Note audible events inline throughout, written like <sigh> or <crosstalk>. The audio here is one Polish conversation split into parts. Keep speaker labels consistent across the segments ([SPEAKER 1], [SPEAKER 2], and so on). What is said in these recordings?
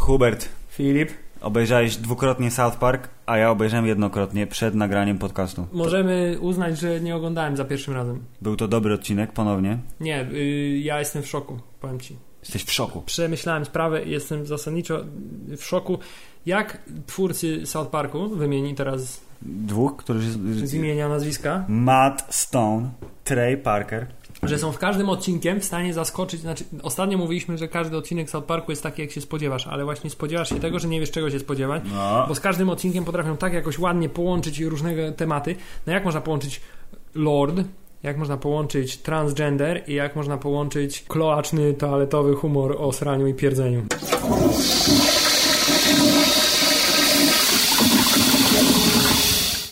[SPEAKER 1] Hubert,
[SPEAKER 2] Filip,
[SPEAKER 1] obejrzałeś dwukrotnie South Park, a ja obejrzałem jednokrotnie przed nagraniem podcastu.
[SPEAKER 2] możemy uznać, że nie oglądałem za pierwszym razem.
[SPEAKER 1] Był to dobry odcinek, ponownie.
[SPEAKER 2] Nie, y, ja jestem w szoku, powiem ci.
[SPEAKER 1] Jesteś w szoku.
[SPEAKER 2] Przemyślałem sprawę i jestem zasadniczo w szoku, jak twórcy South Parku, wymieni teraz
[SPEAKER 1] Dwóch, którzy...
[SPEAKER 2] z imienia nazwiska,
[SPEAKER 1] Matt Stone, Trey Parker.
[SPEAKER 2] że są w każdym odcinkiem w stanie zaskoczyć, znaczy ostatnio mówiliśmy, że każdy odcinek South Parku jest taki, jak się spodziewasz, ale właśnie spodziewasz się tego, że nie wiesz czego się spodziewać,
[SPEAKER 1] No.
[SPEAKER 2] bo z każdym odcinkiem potrafią tak jakoś ładnie połączyć różne tematy. No jak można połączyć Lord, jak można połączyć transgender i jak można połączyć kloaczny, toaletowy humor o sraniu i pierdzeniu.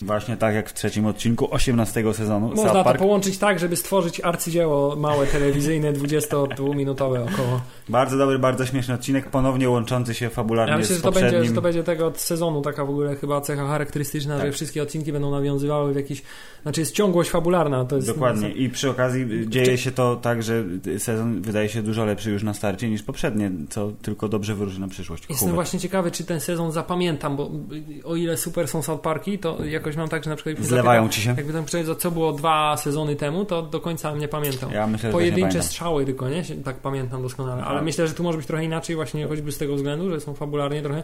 [SPEAKER 1] Właśnie tak jak w trzecim odcinku 18 sezonu
[SPEAKER 2] Można
[SPEAKER 1] South
[SPEAKER 2] to
[SPEAKER 1] Park.
[SPEAKER 2] połączyć tak, żeby stworzyć arcydzieło małe telewizyjne 22-minutowe około.
[SPEAKER 1] Bardzo dobry, bardzo śmieszny odcinek, ponownie łączący się fabularnie
[SPEAKER 2] Ja myślę,
[SPEAKER 1] z
[SPEAKER 2] że to,
[SPEAKER 1] poprzednim.
[SPEAKER 2] będzie, że to będzie tego od sezonu taka w ogóle chyba cecha charakterystyczna,
[SPEAKER 1] Tak.
[SPEAKER 2] że wszystkie odcinki będą nawiązywały w jakiś... Znaczy jest ciągłość fabularna. To jest
[SPEAKER 1] Dokładnie. I przy okazji y, dzieje się to tak, że y, sezon wydaje się dużo lepszy już na starcie niż poprzednie, co tylko dobrze wróży na przyszłość.
[SPEAKER 2] Jestem
[SPEAKER 1] Hubert.
[SPEAKER 2] właśnie ciekawy, czy ten sezon zapamiętam, bo y, o ile super są South Parki, to jakoś mam tak, że na przykład... jakby
[SPEAKER 1] Zlewają
[SPEAKER 2] zapytam-
[SPEAKER 1] ci się?
[SPEAKER 2] Jakby tam ktoś za co było dwa sezony temu, to do końca nie pamiętam.
[SPEAKER 1] Ja myślę, że też nie
[SPEAKER 2] Pojedyncze
[SPEAKER 1] pamiętam.
[SPEAKER 2] strzały tylko, nie? Się- Tak pamiętam doskonale. Ale
[SPEAKER 1] Aha.
[SPEAKER 2] myślę, że tu może być trochę inaczej właśnie choćby z tego względu, że są fabularnie trochę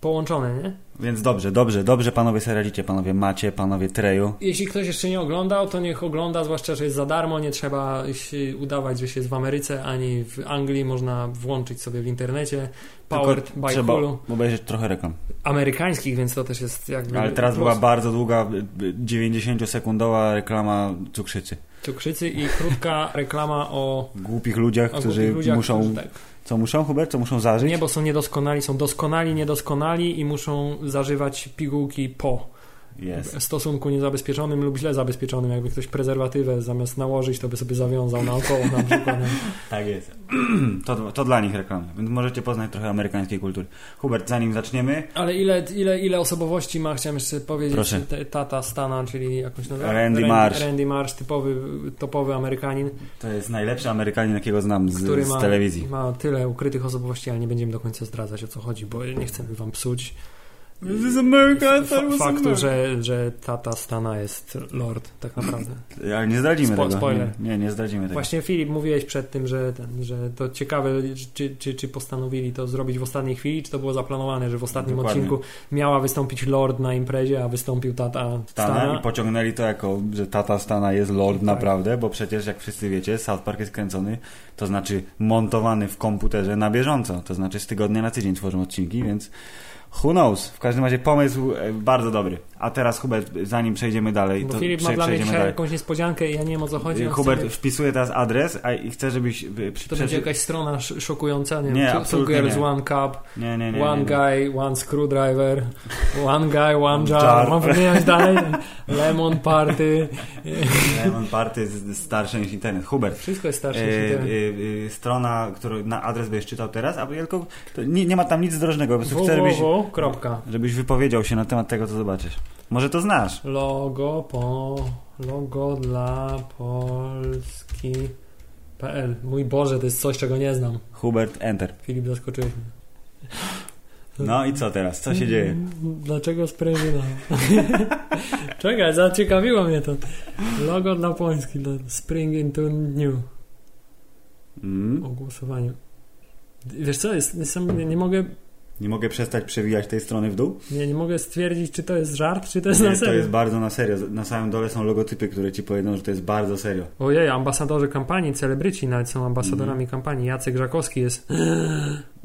[SPEAKER 2] połączone, nie?
[SPEAKER 1] Więc dobrze, dobrze, dobrze panowie se radzicie, panowie Macie, panowie Treju.
[SPEAKER 2] Jeśli ktoś jeszcze nie oglądał, to niech ogląda, zwłaszcza, że jest za darmo, nie trzeba się udawać, że się jest w Ameryce, ani w Anglii, można włączyć sobie w internecie Powered
[SPEAKER 1] Tylko
[SPEAKER 2] by
[SPEAKER 1] trzeba
[SPEAKER 2] Hulu
[SPEAKER 1] obejrzeć trochę reklam.
[SPEAKER 2] amerykańskich, więc to też jest jakby
[SPEAKER 1] Ale teraz
[SPEAKER 2] plus
[SPEAKER 1] była bardzo długa, y, y, 90-sekundowa reklama cukrzycy.
[SPEAKER 2] cukrzycy i krótka reklama o,
[SPEAKER 1] Głupich ludziach,
[SPEAKER 2] o
[SPEAKER 1] którzy
[SPEAKER 2] głupich ludziach,
[SPEAKER 1] muszą...
[SPEAKER 2] którzy tak,
[SPEAKER 1] Co muszą, Hubert? Co muszą zażyć?
[SPEAKER 2] nie, bo są niedoskonali, są doskonali, niedoskonali i muszą zażywać pigułki po
[SPEAKER 1] Jest.
[SPEAKER 2] stosunku niezabezpieczonym lub źle zabezpieczonym, jakby ktoś prezerwatywę zamiast nałożyć, to by sobie zawiązał naokoło na
[SPEAKER 1] <laughs>
[SPEAKER 2] przykład. nie?
[SPEAKER 1] Tak jest. <clears throat> To, to dla nich reklamy, więc możecie poznać trochę amerykańskiej kultury. Hubert, zanim zaczniemy,
[SPEAKER 2] Ale ile, ile, ile osobowości ma, chciałem jeszcze powiedzieć,
[SPEAKER 1] Proszę.
[SPEAKER 2] te- tata Stana, czyli jakąś nazwę?
[SPEAKER 1] Randy Marsh.
[SPEAKER 2] Randy Marsh, typowy, topowy Amerykanin,
[SPEAKER 1] to jest najlepszy Amerykanin, jakiego znam z,
[SPEAKER 2] który
[SPEAKER 1] z
[SPEAKER 2] ma,
[SPEAKER 1] telewizji.
[SPEAKER 2] ma tyle ukrytych osobowości, ale nie będziemy do końca zdradzać o co chodzi, bo nie chcemy wam psuć
[SPEAKER 1] This is America,
[SPEAKER 2] fa- faktu, że, że tata Stana jest lord,
[SPEAKER 1] <clears throat>
[SPEAKER 2] tak naprawdę.
[SPEAKER 1] Ale nie zdradzimy
[SPEAKER 2] Spo-
[SPEAKER 1] tego.
[SPEAKER 2] spoiler.
[SPEAKER 1] Nie, nie, nie zdradzimy tego.
[SPEAKER 2] Właśnie Filip, mówiłeś przed tym, że, ten, że to ciekawe, czy, czy, czy postanowili to zrobić w ostatniej chwili, czy to było zaplanowane, że w ostatnim
[SPEAKER 1] Dokładnie.
[SPEAKER 2] odcinku miała wystąpić lord na imprezie, a wystąpił tata
[SPEAKER 1] Stana
[SPEAKER 2] Stana
[SPEAKER 1] i pociągnęli to jako, że tata Stana jest lord
[SPEAKER 2] Tak.
[SPEAKER 1] naprawdę, bo przecież jak wszyscy wiecie, South Park jest kręcony, to znaczy montowany w komputerze na bieżąco, to znaczy z tygodnia na tydzień tworzą odcinki, więc who knows, w każdym razie pomysł e, bardzo dobry. A teraz Hubert, zanim przejdziemy dalej,
[SPEAKER 2] Bo
[SPEAKER 1] to
[SPEAKER 2] Filip ma
[SPEAKER 1] prze-
[SPEAKER 2] dla mnie
[SPEAKER 1] przejdziemy
[SPEAKER 2] dzisiaj
[SPEAKER 1] dalej.
[SPEAKER 2] jakąś niespodziankę i ja nie wiem o co chodzi.
[SPEAKER 1] Y,
[SPEAKER 2] on
[SPEAKER 1] Hubert
[SPEAKER 2] chce-
[SPEAKER 1] wpisuje teraz adres a, i chcę, żebyś... y, przy-
[SPEAKER 2] to będzie
[SPEAKER 1] przeczy-
[SPEAKER 2] jakaś strona sz- szokująca, nie,
[SPEAKER 1] Nie,
[SPEAKER 2] wiem, two- two
[SPEAKER 1] absolutnie
[SPEAKER 2] girls,
[SPEAKER 1] nie.
[SPEAKER 2] one cup,
[SPEAKER 1] Nie, nie, nie.
[SPEAKER 2] one
[SPEAKER 1] nie, nie.
[SPEAKER 2] guy, one screwdriver, one guy, one jar.
[SPEAKER 1] Jar.
[SPEAKER 2] Mam wymieniać dalej? Lemon party.
[SPEAKER 1] Lemon Party jest starszy niż internet. Hubert,
[SPEAKER 2] Wszystko jest starsze.
[SPEAKER 1] E,
[SPEAKER 2] niż internet.
[SPEAKER 1] e, e, strona, którą na adres byś czytał teraz, a tylko to nie, nie ma tam nic drożnego, po prostu chcę, żebyś,
[SPEAKER 2] www. Kropka.
[SPEAKER 1] żebyś wypowiedział się na temat tego, co zobaczysz. Może to znasz.
[SPEAKER 2] Logo po... Logo dla Polski... PL. Mój Boże, to jest coś, czego nie znam.
[SPEAKER 1] Hubert Enter.
[SPEAKER 2] Filip, zaskoczyłeś mnie.
[SPEAKER 1] No i co teraz? Co
[SPEAKER 2] Mm.
[SPEAKER 1] się dzieje?
[SPEAKER 2] Dlaczego sprężyna? <laughs> Czekaj, zaciekawiło mnie to. Logo dla Polski, dla Spring into New
[SPEAKER 1] Mm.
[SPEAKER 2] o głosowaniu. Wiesz co, jest, jest, sam- nie, nie, mogę,
[SPEAKER 1] Nie mogę przestać przewijać tej strony w dół.
[SPEAKER 2] nie, nie mogę stwierdzić, czy to jest żart, czy to jest na
[SPEAKER 1] Nie,
[SPEAKER 2] serio.
[SPEAKER 1] to jest bardzo na serio. Na samym dole są logotypy, które ci powiedzą, że to jest bardzo serio.
[SPEAKER 2] Ojej, ambasadorzy kampanii, celebryci nawet są ambasadorami
[SPEAKER 1] Mhm.
[SPEAKER 2] kampanii. Jacek Żakowski jest.
[SPEAKER 1] No,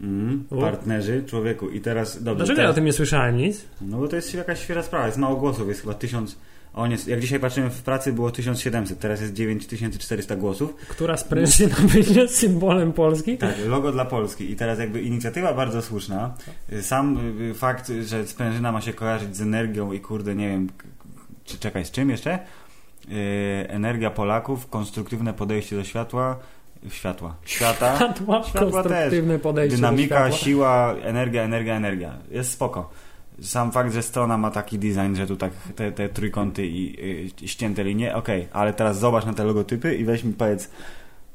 [SPEAKER 1] Mm.
[SPEAKER 2] U.
[SPEAKER 1] Partnerzy, człowieku. I teraz dobrze.
[SPEAKER 2] Dlaczego ja o
[SPEAKER 1] teraz,
[SPEAKER 2] tym nie słyszałem nic?
[SPEAKER 1] No bo to jest jakaś świeża sprawa. Jest mało głosów, jest chyba 1000. O nie, jak dzisiaj patrzyłem w pracy było 1700, teraz jest 9400 głosów.
[SPEAKER 2] Która sprężyna będzie symbolem Polski?
[SPEAKER 1] Tak, logo dla Polski i teraz jakby inicjatywa bardzo słuszna. Y, Sam y, y, fakt, y, że sprężyna ma się kojarzyć z energią i kurde, nie wiem, k- k- czy czekaj, z czym jeszcze? Y, Energia Polaków, konstruktywne podejście do światła, światła,
[SPEAKER 2] <laughs>
[SPEAKER 1] świata,
[SPEAKER 2] Światła,
[SPEAKER 1] Światła też.
[SPEAKER 2] konstruktywne podejście. do
[SPEAKER 1] dynamika,
[SPEAKER 2] światła.
[SPEAKER 1] siła, energia, energia, energia. Jest spoko. Sam fakt, że strona ma taki design, że tu tak te, te trójkąty i y, ścięte linie, okej, ale teraz zobacz na te logotypy i weź mi powiedz,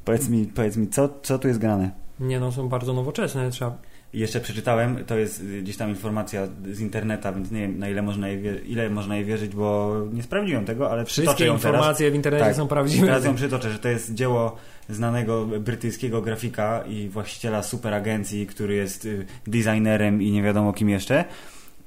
[SPEAKER 1] powiedz mi, powiedz mi co, co tu jest grane.
[SPEAKER 2] Nie no, są bardzo nowoczesne, trzeba
[SPEAKER 1] I jeszcze przeczytałem, to jest y, gdzieś tam informacja z interneta, więc nie wiem na ile można jej, wie- ile można jej wierzyć, bo nie sprawdziłem tego, ale przytoczę
[SPEAKER 2] Wszystkie
[SPEAKER 1] ją teraz.
[SPEAKER 2] informacje w internecie
[SPEAKER 1] Tak. Teraz
[SPEAKER 2] są prawdziwe.
[SPEAKER 1] ją przytoczę, że to jest dzieło znanego brytyjskiego grafika i właściciela superagencji, który jest y, designerem i nie wiadomo kim jeszcze.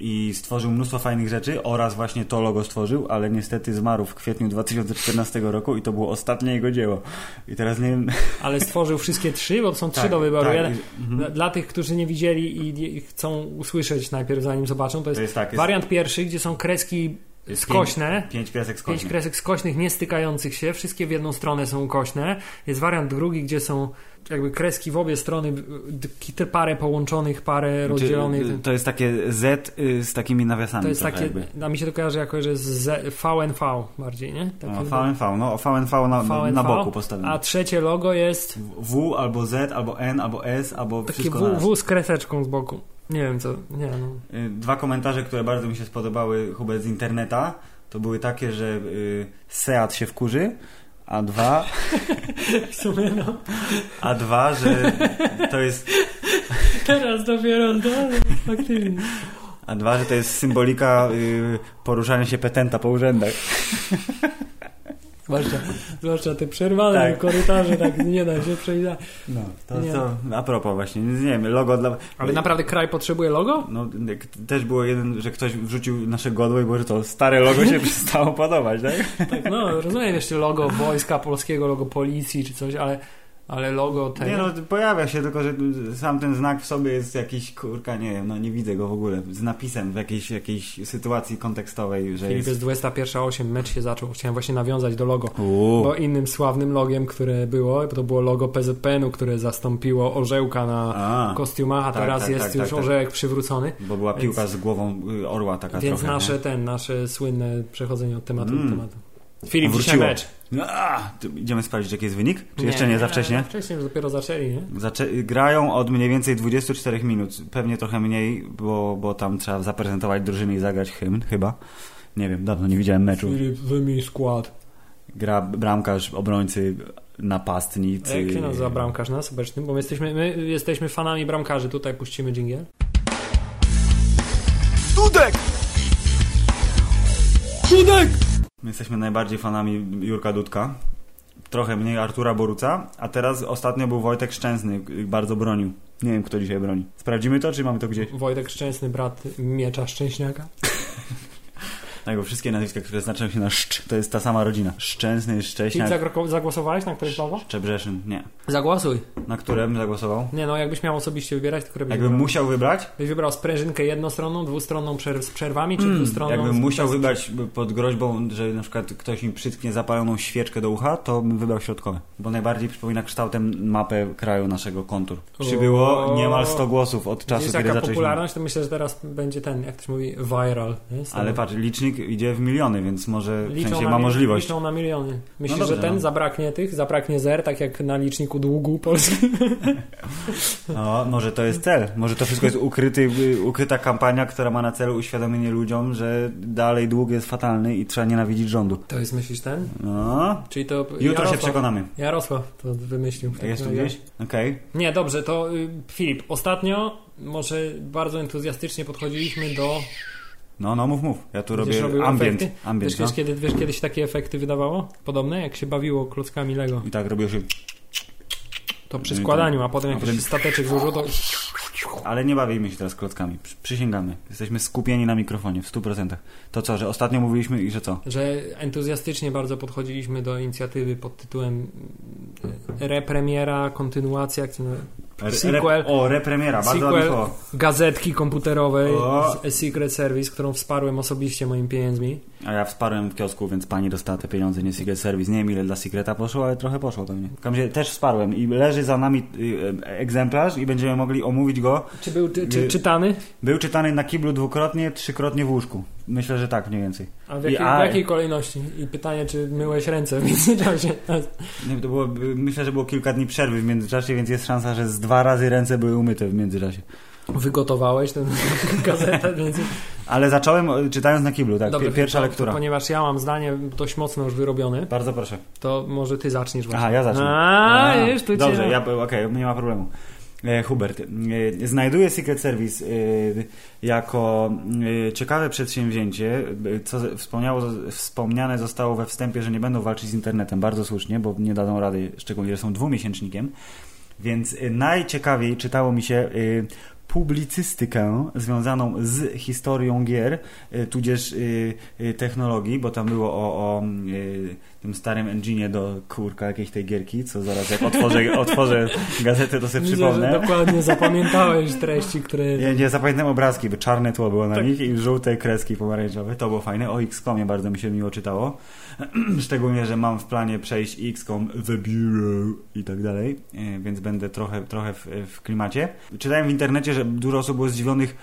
[SPEAKER 1] I stworzył mnóstwo fajnych rzeczy oraz właśnie to logo stworzył, ale niestety zmarł w kwietniu 2014 roku i to było ostatnie jego dzieło. I teraz nie wiem...
[SPEAKER 2] Ale stworzył wszystkie trzy, bo są trzy
[SPEAKER 1] tak,
[SPEAKER 2] do wyboru.
[SPEAKER 1] tak,
[SPEAKER 2] Jeden,
[SPEAKER 1] i- mhm.
[SPEAKER 2] dla, dla tych, którzy nie widzieli i, i chcą usłyszeć najpierw, zanim zobaczą, to jest,
[SPEAKER 1] To jest tak, jest
[SPEAKER 2] wariant pierwszy, gdzie są kreski
[SPEAKER 1] Jest
[SPEAKER 2] skośne,
[SPEAKER 1] pięć kresek skośnych.
[SPEAKER 2] pięć kresek skośnych nie stykających się, wszystkie w jedną stronę są kośne. Jest wariant drugi, gdzie są jakby kreski w obie strony, d- d- parę połączonych, parę rozdzielonych.
[SPEAKER 1] Czy, y, To jest takie Z y, z takimi nawiasami.
[SPEAKER 2] To jest
[SPEAKER 1] trochę
[SPEAKER 2] takie,
[SPEAKER 1] Jakby.
[SPEAKER 2] a mi się to kojarzy jako, że jest z VNV bardziej, nie? Takie
[SPEAKER 1] No, VNV, no VNV na, na
[SPEAKER 2] VNV,
[SPEAKER 1] boku postawione.
[SPEAKER 2] A trzecie logo jest
[SPEAKER 1] W albo Z, albo N, albo S, albo
[SPEAKER 2] takie
[SPEAKER 1] wszystko
[SPEAKER 2] w,
[SPEAKER 1] naraz.
[SPEAKER 2] w z kreseczką z boku. Nie wiem co, nie no.
[SPEAKER 1] Y, Dwa komentarze, które bardzo mi się spodobały, Hubert, z interneta, to były takie, że y, Seat się wkurzy, a dwa,
[SPEAKER 2] W sumie no,
[SPEAKER 1] a dwa, że to jest,
[SPEAKER 2] teraz dopiero, no, aktywnie.
[SPEAKER 1] a dwa, że to jest symbolika y, poruszania się petenta po urzędach.
[SPEAKER 2] Zwłaszcza, zwłaszcza te przerwane
[SPEAKER 1] Tak.
[SPEAKER 2] korytarze, tak nie da się przejść. dalej.
[SPEAKER 1] No, to,
[SPEAKER 2] Nie.
[SPEAKER 1] to a propos właśnie, nie wiem, logo dla...
[SPEAKER 2] Ale naprawdę kraj potrzebuje logo?
[SPEAKER 1] No, jak- też było jeden, że ktoś wrzucił nasze godło i było, że to stare logo <laughs> się przestało podobać, tak?
[SPEAKER 2] Tak, no, rozumiem jeszcze logo wojska polskiego, logo policji czy coś, ale, ale logo tego.
[SPEAKER 1] Nie no, pojawia się, tylko że sam ten znak w sobie jest jakiś, kurka, nie wiem, no nie widzę go w ogóle, z napisem w jakiejś, jakiejś sytuacji kontekstowej, że
[SPEAKER 2] Filip
[SPEAKER 1] jest...
[SPEAKER 2] jest 21.8, mecz się zaczął. Chciałem właśnie nawiązać do logo.
[SPEAKER 1] Uuu,
[SPEAKER 2] Bo innym sławnym logiem, które było, to było logo PZPN-u, które zastąpiło orzełka na
[SPEAKER 1] a,
[SPEAKER 2] kostiumach, a
[SPEAKER 1] tak,
[SPEAKER 2] teraz
[SPEAKER 1] tak,
[SPEAKER 2] jest
[SPEAKER 1] tak,
[SPEAKER 2] już
[SPEAKER 1] tak, tak.
[SPEAKER 2] orzełek przywrócony.
[SPEAKER 1] bo była
[SPEAKER 2] więc-
[SPEAKER 1] piłka z głową y, orła taka
[SPEAKER 2] więc
[SPEAKER 1] trochę.
[SPEAKER 2] nasze ten, nasze słynne przechodzenie od tematu
[SPEAKER 1] Mm.
[SPEAKER 2] do tematu. Filip,
[SPEAKER 1] Wróciło.
[SPEAKER 2] dzisiaj mecz.
[SPEAKER 1] Nie? A, to idziemy sprawdzić, jaki jest wynik? Czy jeszcze nie, za wcześnie?
[SPEAKER 2] Wcześniej już dopiero zaczęli, nie?
[SPEAKER 1] Zaczę- grają od mniej więcej 24 minut, pewnie trochę mniej, bo, bo tam trzeba zaprezentować drużyny i zagrać hymn, chyba. Nie wiem, dawno nie widziałem meczu.
[SPEAKER 2] Filip, wymień skład.
[SPEAKER 1] Gra bramkarz, obrońcy,
[SPEAKER 2] A
[SPEAKER 1] napastnicy.
[SPEAKER 2] jak się nazywa bramkarz nas obecnym? Bo my jesteśmy, my jesteśmy fanami bramkarzy. Tutaj puścimy dżingiel.
[SPEAKER 3] Dudek! Dudek!
[SPEAKER 1] My jesteśmy najbardziej fanami Jurka Dudka, trochę mniej Artura Boruca, a teraz ostatnio był Wojtek Szczęsny, y, bardzo bronił. Nie wiem, kto dzisiaj broni. Sprawdzimy to, czy mamy to gdzieś?
[SPEAKER 2] Wojtek Szczęsny, brat Miecza Szczęśniaka.
[SPEAKER 1] Tak, bo wszystkie nazwiska, które znaczą się na szcz, to jest ta sama rodzina. Szczęsny,
[SPEAKER 2] Filip,
[SPEAKER 1] Szcześniak,
[SPEAKER 2] zagro- zagłosowałeś na któreś logo?
[SPEAKER 1] Czebrzeszyn, nie.
[SPEAKER 2] Zagłosuj.
[SPEAKER 1] Na którym zagłosował?
[SPEAKER 2] Nie no, jakbyś miał osobiście wybierać, to które byś
[SPEAKER 1] Jakbym
[SPEAKER 2] wybrał?
[SPEAKER 1] musiał wybrać,
[SPEAKER 2] Byś wybrał sprężynkę jednostronną, dwustronną przerw z przerwami, czy dwustronną?
[SPEAKER 1] Hmm, jakbym
[SPEAKER 2] z-
[SPEAKER 1] musiał
[SPEAKER 2] bez-
[SPEAKER 1] wybrać pod groźbą, że na przykład ktoś mi przytknie zapaloną świeczkę do ucha, to bym wybrał środkowe, bo najbardziej przypomina kształtem mapę kraju naszego kontur. Przybyło
[SPEAKER 2] O.
[SPEAKER 1] niemal 100 głosów od
[SPEAKER 2] Jeśli
[SPEAKER 1] czasu,
[SPEAKER 2] jest
[SPEAKER 1] kiedy
[SPEAKER 2] taka
[SPEAKER 1] zaczęliśmy.
[SPEAKER 2] popularność, to myślę, że teraz będzie ten, jak ktoś mówi, viral. Nie? Z
[SPEAKER 1] Ale
[SPEAKER 2] tym-
[SPEAKER 1] patrz, licznik idzie w miliony, więc może w sensie
[SPEAKER 2] na
[SPEAKER 1] ma
[SPEAKER 2] mil-
[SPEAKER 1] możliwość.
[SPEAKER 2] Liczą na miliony. Myślisz,
[SPEAKER 1] No dobrze,
[SPEAKER 2] że ten
[SPEAKER 1] no.
[SPEAKER 2] zabraknie tych, zabraknie zer, tak jak na liczniku długu <laughs> polskim?
[SPEAKER 1] No, może to jest cel. Może to wszystko jest ukryty, ukryta kampania, która ma na celu uświadomienie ludziom, że dalej dług jest fatalny i trzeba nienawidzić rządu.
[SPEAKER 2] To jest, myślisz, ten?
[SPEAKER 1] No.
[SPEAKER 2] Czyli to...
[SPEAKER 1] Jutro się
[SPEAKER 2] Jarosław- Tak
[SPEAKER 1] przekonamy.
[SPEAKER 2] Jarosław to wymyślił. w takim
[SPEAKER 1] Jest tu
[SPEAKER 2] razie.
[SPEAKER 1] gdzieś? Okej.
[SPEAKER 2] Nie, dobrze, to y, Filip, ostatnio może bardzo entuzjastycznie podchodziliśmy do...
[SPEAKER 1] No, no, mów, mów. Ja tu
[SPEAKER 2] Będziesz robił
[SPEAKER 1] robię ambient.
[SPEAKER 2] efekty? Wiesz,
[SPEAKER 1] ambient no.
[SPEAKER 2] wiesz, kiedy, wiesz, kiedy się takie efekty wydawało? Podobne, jak się bawiło klockami Lego.
[SPEAKER 1] I tak robiło się...
[SPEAKER 2] To przy
[SPEAKER 1] No i
[SPEAKER 2] składaniu,
[SPEAKER 1] tam-
[SPEAKER 2] a potem
[SPEAKER 1] a
[SPEAKER 2] jak
[SPEAKER 1] potem-
[SPEAKER 2] się stateczek złożył, to...
[SPEAKER 1] Ale nie bawimy się teraz klockami. Przy- Przysięgamy. Jesteśmy skupieni na mikrofonie w 100%. To co, że ostatnio mówiliśmy i że co?
[SPEAKER 2] że entuzjastycznie bardzo podchodziliśmy do inicjatywy pod tytułem e, repremiera, kontynuacja, jak to nazywa-
[SPEAKER 1] Re-
[SPEAKER 2] Sequel.
[SPEAKER 1] o, repremiera. Bardzo
[SPEAKER 2] Sequel.
[SPEAKER 1] ładne słowo.
[SPEAKER 2] gazetki komputerowej
[SPEAKER 1] O.
[SPEAKER 2] z- Secret Service, którą wsparłem osobiście moimi pieniędzmi.
[SPEAKER 1] A ja wsparłem w kiosku, więc pani dostała te pieniądze, nie Secret Service. Nie wiem ile dla Secreta poszło, ale trochę poszło pewnie. W każdym razie też wsparłem i leży za nami y, e, egzemplarz i będziemy mogli omówić go.
[SPEAKER 2] Czy był czy,
[SPEAKER 1] Nie.
[SPEAKER 2] czy, czytany?
[SPEAKER 1] Był czytany na kiblu dwukrotnie, trzykrotnie w łóżku. Myślę, że tak mniej więcej.
[SPEAKER 2] A w
[SPEAKER 1] I-
[SPEAKER 2] jakiej,
[SPEAKER 1] a-
[SPEAKER 2] w jakiej kolejności? I pytanie, czy myłeś ręce w międzyczasie?
[SPEAKER 1] <laughs> Nie, wiem, to było, y, myślę, że było kilka dni przerwy w międzyczasie, więc jest szansa, że z dwa razy ręce były umyte w międzyczasie.
[SPEAKER 2] Wygotowałeś tę <laughs> gazetę? Więc...
[SPEAKER 1] Ale zacząłem y, czytając na kiblu, tak?
[SPEAKER 2] Dobrze,
[SPEAKER 1] Pier- pierwsza
[SPEAKER 2] to-
[SPEAKER 1] lektura.
[SPEAKER 2] Ponieważ ja mam zdanie dość mocno już wyrobione,
[SPEAKER 1] Bardzo proszę.
[SPEAKER 2] to może ty zaczniesz właśnie.
[SPEAKER 1] Aha, ja zacznę.
[SPEAKER 2] A, wiesz, tu cię...
[SPEAKER 1] Dobrze, ja, okej, nie ma problemu. E, Hubert, e, znajduje Secret Service e, jako e, ciekawe przedsięwzięcie, e, co ze- wspomniało, wspomniane zostało we wstępie, że nie będą walczyć z internetem, bardzo słusznie, bo nie dadzą rady, szczególnie, że są dwumiesięcznikiem. Więc e, najciekawiej czytało mi się e, publicystykę związaną z historią gier, e, tudzież e, e, technologii, bo tam było o, o e, tym starym engine'ie do kurka jakiejś tej gierki, co zaraz jak otworzę, otworzę gazetę, to sobie
[SPEAKER 2] Widzę, że
[SPEAKER 1] przypomnę. <laughs>
[SPEAKER 2] dokładnie zapamiętałeś treści, które...
[SPEAKER 1] Ja nie zapamiętam obrazki, bo czarne tło było na
[SPEAKER 2] Tak.
[SPEAKER 1] nich i żółte kreski pomarańczowe. To było fajne. O XCOMie bardzo mi się miło czytało. <clears throat> Szczególnie, że mam w planie przejść XCOM The Bureau i tak dalej, e, więc będę trochę, trochę w, w klimacie. Czytałem w internecie, że dużo osób było zdziwionych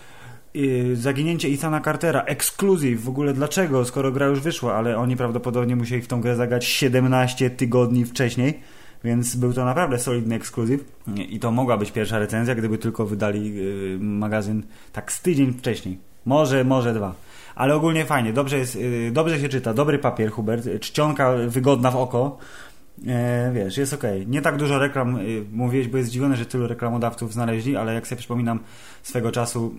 [SPEAKER 1] e, zaginięcie Ethana Cartera, ekskluzyw, w ogóle dlaczego, skoro gra już wyszła, ale oni prawdopodobnie musieli w tą grę zagrać 17 tygodni wcześniej, więc był to naprawdę solidny ekskluzyw Nie, i to mogła być pierwsza recenzja, gdyby tylko wydali e, magazyn tak z tydzień wcześniej. Może, może dwa. Ale ogólnie fajnie, dobrze, jest, y, dobrze się czyta, dobry papier, Hubert, y, czcionka wygodna w oko. E, wiesz, jest okej. Nie tak dużo reklam y, mówiłeś, bo jest zdziwiony, że tylu reklamodawców znaleźli, ale jak sobie przypominam swego czasu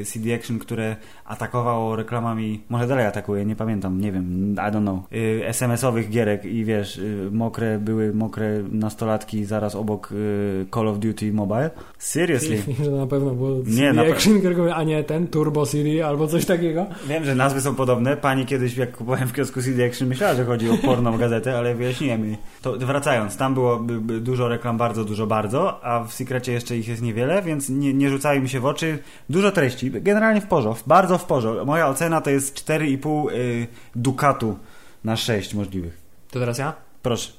[SPEAKER 1] y, CD Action, które atakowało reklamami, może dalej atakuje, nie pamiętam, nie wiem, I don't know, y, SMS-owych gierek i wiesz, y, mokre były mokre nastolatki zaraz obok y, Call of Duty Mobile. Seriously.
[SPEAKER 2] Że na pewno było
[SPEAKER 1] Nie,
[SPEAKER 2] nie,
[SPEAKER 1] na pe-
[SPEAKER 2] action, pe... a nie ten Turbo Siri albo coś takiego.
[SPEAKER 1] Wiem, że nazwy są podobne. Pani kiedyś, jak kupowałem w kiosku CD Action, myślała, że chodzi o porną gazetę, ale wyjaśniłem jej. To wracając, tam było by- by dużo reklam, bardzo, dużo, bardzo, a w Secrecie jeszcze ich jest niewiele, więc nie, nie rzucają mi się w oczy. Dużo treści, generalnie w porządku, bardzo w porządku. Moja ocena to jest 4,5 y, dukatu na 6 możliwych.
[SPEAKER 2] To teraz ja?
[SPEAKER 1] Proszę.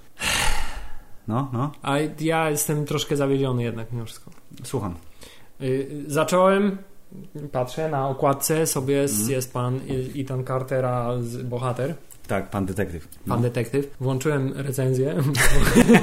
[SPEAKER 1] No, no,
[SPEAKER 2] A ja jestem troszkę zawiedziony jednak mimo wszystko.
[SPEAKER 1] słucham.
[SPEAKER 2] Y, Zacząłem, patrzę na okładce,
[SPEAKER 1] Mhm.
[SPEAKER 2] sobie jest, jest pan y, Ethan Cartera, z, bohater,
[SPEAKER 1] Tak, pan detektyw.
[SPEAKER 2] pan
[SPEAKER 1] No.
[SPEAKER 2] detektyw. Włączyłem recenzję,
[SPEAKER 1] <laughs> No,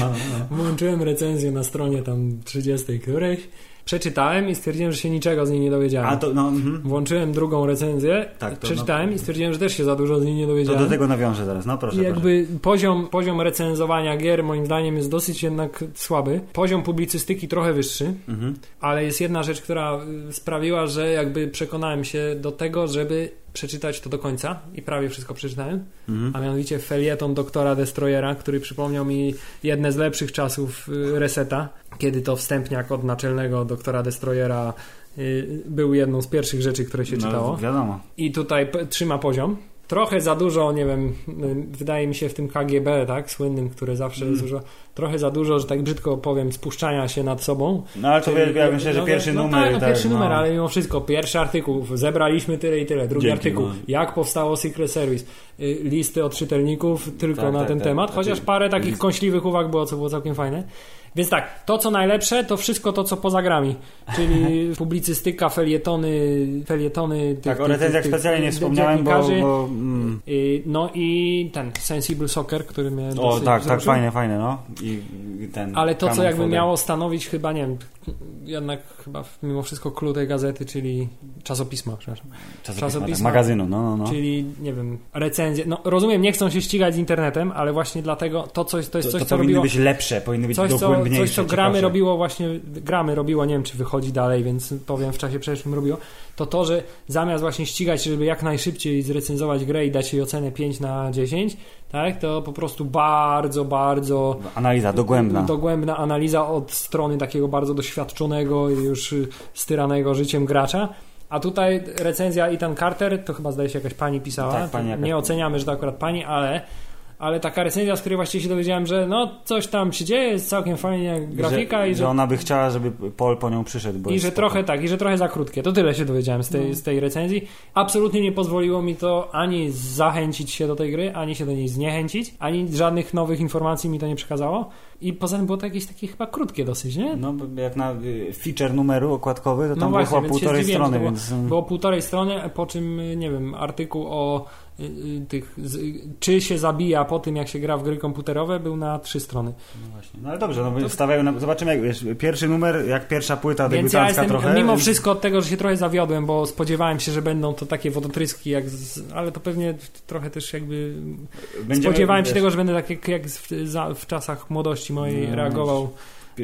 [SPEAKER 1] no, no.
[SPEAKER 2] włączyłem recenzję na stronie tam 30 którejś, przeczytałem i stwierdziłem, że się niczego z niej nie
[SPEAKER 1] A
[SPEAKER 2] dowiedziałem.
[SPEAKER 1] to, no, mhm.
[SPEAKER 2] Włączyłem drugą recenzję,
[SPEAKER 1] Tak, to
[SPEAKER 2] przeczytałem
[SPEAKER 1] no-
[SPEAKER 2] i stwierdziłem, że też się za dużo z niej nie
[SPEAKER 1] to
[SPEAKER 2] dowiedziałem.
[SPEAKER 1] do tego nawiążę zaraz, no proszę.
[SPEAKER 2] I jakby poziom, poziom recenzowania gier moim zdaniem jest dosyć jednak słaby. Poziom publicystyki trochę wyższy,
[SPEAKER 1] proszę. Mhm.
[SPEAKER 2] ale jest jedna rzecz, która y, sprawiła, że jakby przekonałem się do tego, żeby przeczytać to do końca i prawie wszystko przeczytałem,
[SPEAKER 1] Mhm.
[SPEAKER 2] a mianowicie felieton doktora Destroyera, który przypomniał mi jedne z lepszych czasów y, Reseta, kiedy to wstępniak od naczelnego doktora Destroyera y, był jedną z pierwszych rzeczy, które się
[SPEAKER 1] no,
[SPEAKER 2] czytało
[SPEAKER 1] Wiadomo.
[SPEAKER 2] i tutaj p- trzyma poziom. Trochę za dużo, nie wiem, y, wydaje mi się w tym KGB, tak, słynnym, które zawsze jest dużo, trochę za dużo, że tak brzydko powiem, spuszczania się nad sobą.
[SPEAKER 1] No ale to
[SPEAKER 2] Czyli-
[SPEAKER 1] wielkie, ja myślę, że
[SPEAKER 2] no,
[SPEAKER 1] pierwszy
[SPEAKER 2] no,
[SPEAKER 1] numer.
[SPEAKER 2] Tak, no, pierwszy numer, ale mimo wszystko, pierwszy artykuł, zebraliśmy tyle i tyle, drugi
[SPEAKER 1] Dzięki,
[SPEAKER 2] artykuł,
[SPEAKER 1] no.
[SPEAKER 2] jak powstało Secret Service, y, listy od czytelników tylko
[SPEAKER 1] Tak,
[SPEAKER 2] na
[SPEAKER 1] tak,
[SPEAKER 2] ten
[SPEAKER 1] tak.
[SPEAKER 2] temat, chociaż
[SPEAKER 1] Znaczy,
[SPEAKER 2] parę takich
[SPEAKER 1] list-
[SPEAKER 2] kąśliwych uwag było, co było całkiem fajne. Więc tak, to co najlepsze, to wszystko to, co poza grami, czyli <laughs> publicystyka, felietony, felietony tych,
[SPEAKER 1] Mhm. Tak, o
[SPEAKER 2] tych-
[SPEAKER 1] recenzjach
[SPEAKER 2] tych-
[SPEAKER 1] specjalnie nie
[SPEAKER 2] tych
[SPEAKER 1] wspomniałem, bo...
[SPEAKER 2] dziennikarzy.
[SPEAKER 1] bo mm.
[SPEAKER 2] Y, No i ten Sensible Soccer, który mnie
[SPEAKER 1] O,
[SPEAKER 2] dosyć
[SPEAKER 1] tak, tak,
[SPEAKER 2] wzruszył.
[SPEAKER 1] fajne, fajne, no. I i ten...
[SPEAKER 2] Ale to, co
[SPEAKER 1] Cannon
[SPEAKER 2] jakby
[SPEAKER 1] Fodder.
[SPEAKER 2] miało stanowić chyba, nie wiem, jednak chyba mimo wszystko clue tej gazety, czyli czasopisma, przepraszam.
[SPEAKER 1] Czasopisma,
[SPEAKER 2] czasopisma.
[SPEAKER 1] Tak, magazynu, no, no, no.
[SPEAKER 2] Czyli, nie wiem, recenzje. No rozumiem, nie chcą się ścigać z internetem, ale właśnie dlatego to, coś, to jest
[SPEAKER 1] to
[SPEAKER 2] coś,
[SPEAKER 1] to
[SPEAKER 2] co
[SPEAKER 1] powinny
[SPEAKER 2] robiło...
[SPEAKER 1] być lepsze, powinny być
[SPEAKER 2] Coś co,
[SPEAKER 1] dogłębniejsze.
[SPEAKER 2] coś, co gramy
[SPEAKER 1] ciekawsze.
[SPEAKER 2] robiło właśnie, gramy robiło, nie wiem czy wychodzi dalej, więc powiem w czasie przeszłym robiło, to to, że zamiast właśnie ścigać, żeby jak najszybciej zrecenzować grę i dać jej ocenę 5 na 10, tak, to po prostu bardzo, bardzo
[SPEAKER 1] Analiza dogłębna.
[SPEAKER 2] dogłębna analiza od strony takiego bardzo doświadczonego i już y, styranego życiem gracza. A tutaj recenzja Ethan Carter, to chyba zdaje się jakaś pani pisała.
[SPEAKER 1] Tak, pani jakaś-
[SPEAKER 2] Nie oceniamy, że to akurat pani, ale, ale taka recenzja, z której właściwie się dowiedziałem, że no coś tam się dzieje, jest całkiem fajnie grafika
[SPEAKER 1] że,
[SPEAKER 2] i że,
[SPEAKER 1] że ona by chciała, żeby Paul po nią przyszedł, bo
[SPEAKER 2] i
[SPEAKER 1] jest
[SPEAKER 2] że
[SPEAKER 1] spoko.
[SPEAKER 2] trochę tak, i że trochę za krótkie. To tyle się dowiedziałem z tej, z tej recenzji. Absolutnie nie pozwoliło mi to ani zachęcić się do tej gry, ani się do niej zniechęcić, ani żadnych nowych informacji mi to nie przekazało. I poza tym było to jakieś takie chyba krótkie dosyć, nie?
[SPEAKER 1] No, bo jak na y, feature numeru okładkowy, to tam
[SPEAKER 2] No
[SPEAKER 1] było
[SPEAKER 2] właśnie,
[SPEAKER 1] chyba
[SPEAKER 2] więc się
[SPEAKER 1] półtorej
[SPEAKER 2] zdziwiłem,
[SPEAKER 1] strony,
[SPEAKER 2] że to
[SPEAKER 1] więc...
[SPEAKER 2] Było półtorej strony, po czym, y, nie wiem, artykuł o y, y, tych, z, y, czy się zabija po tym, jak się gra w gry komputerowe, był na trzy strony.
[SPEAKER 1] No, właśnie. no ale dobrze, no, bo wstawiają na... zobaczymy, jak wiesz, pierwszy numer, jak pierwsza płyta
[SPEAKER 2] Więc ja
[SPEAKER 1] debiutancka
[SPEAKER 2] jestem
[SPEAKER 1] trochę.
[SPEAKER 2] mimo
[SPEAKER 1] więc-
[SPEAKER 2] wszystko od tego, że się trochę zawiodłem, bo spodziewałem się, że będą to takie wodotryski, jak z, ale to pewnie trochę też jakby
[SPEAKER 1] będziemy-
[SPEAKER 2] spodziewałem się
[SPEAKER 1] wiesz,
[SPEAKER 2] tego, że będę tak jak, jak w, za, w czasach młodości mojej
[SPEAKER 1] No,
[SPEAKER 2] reagował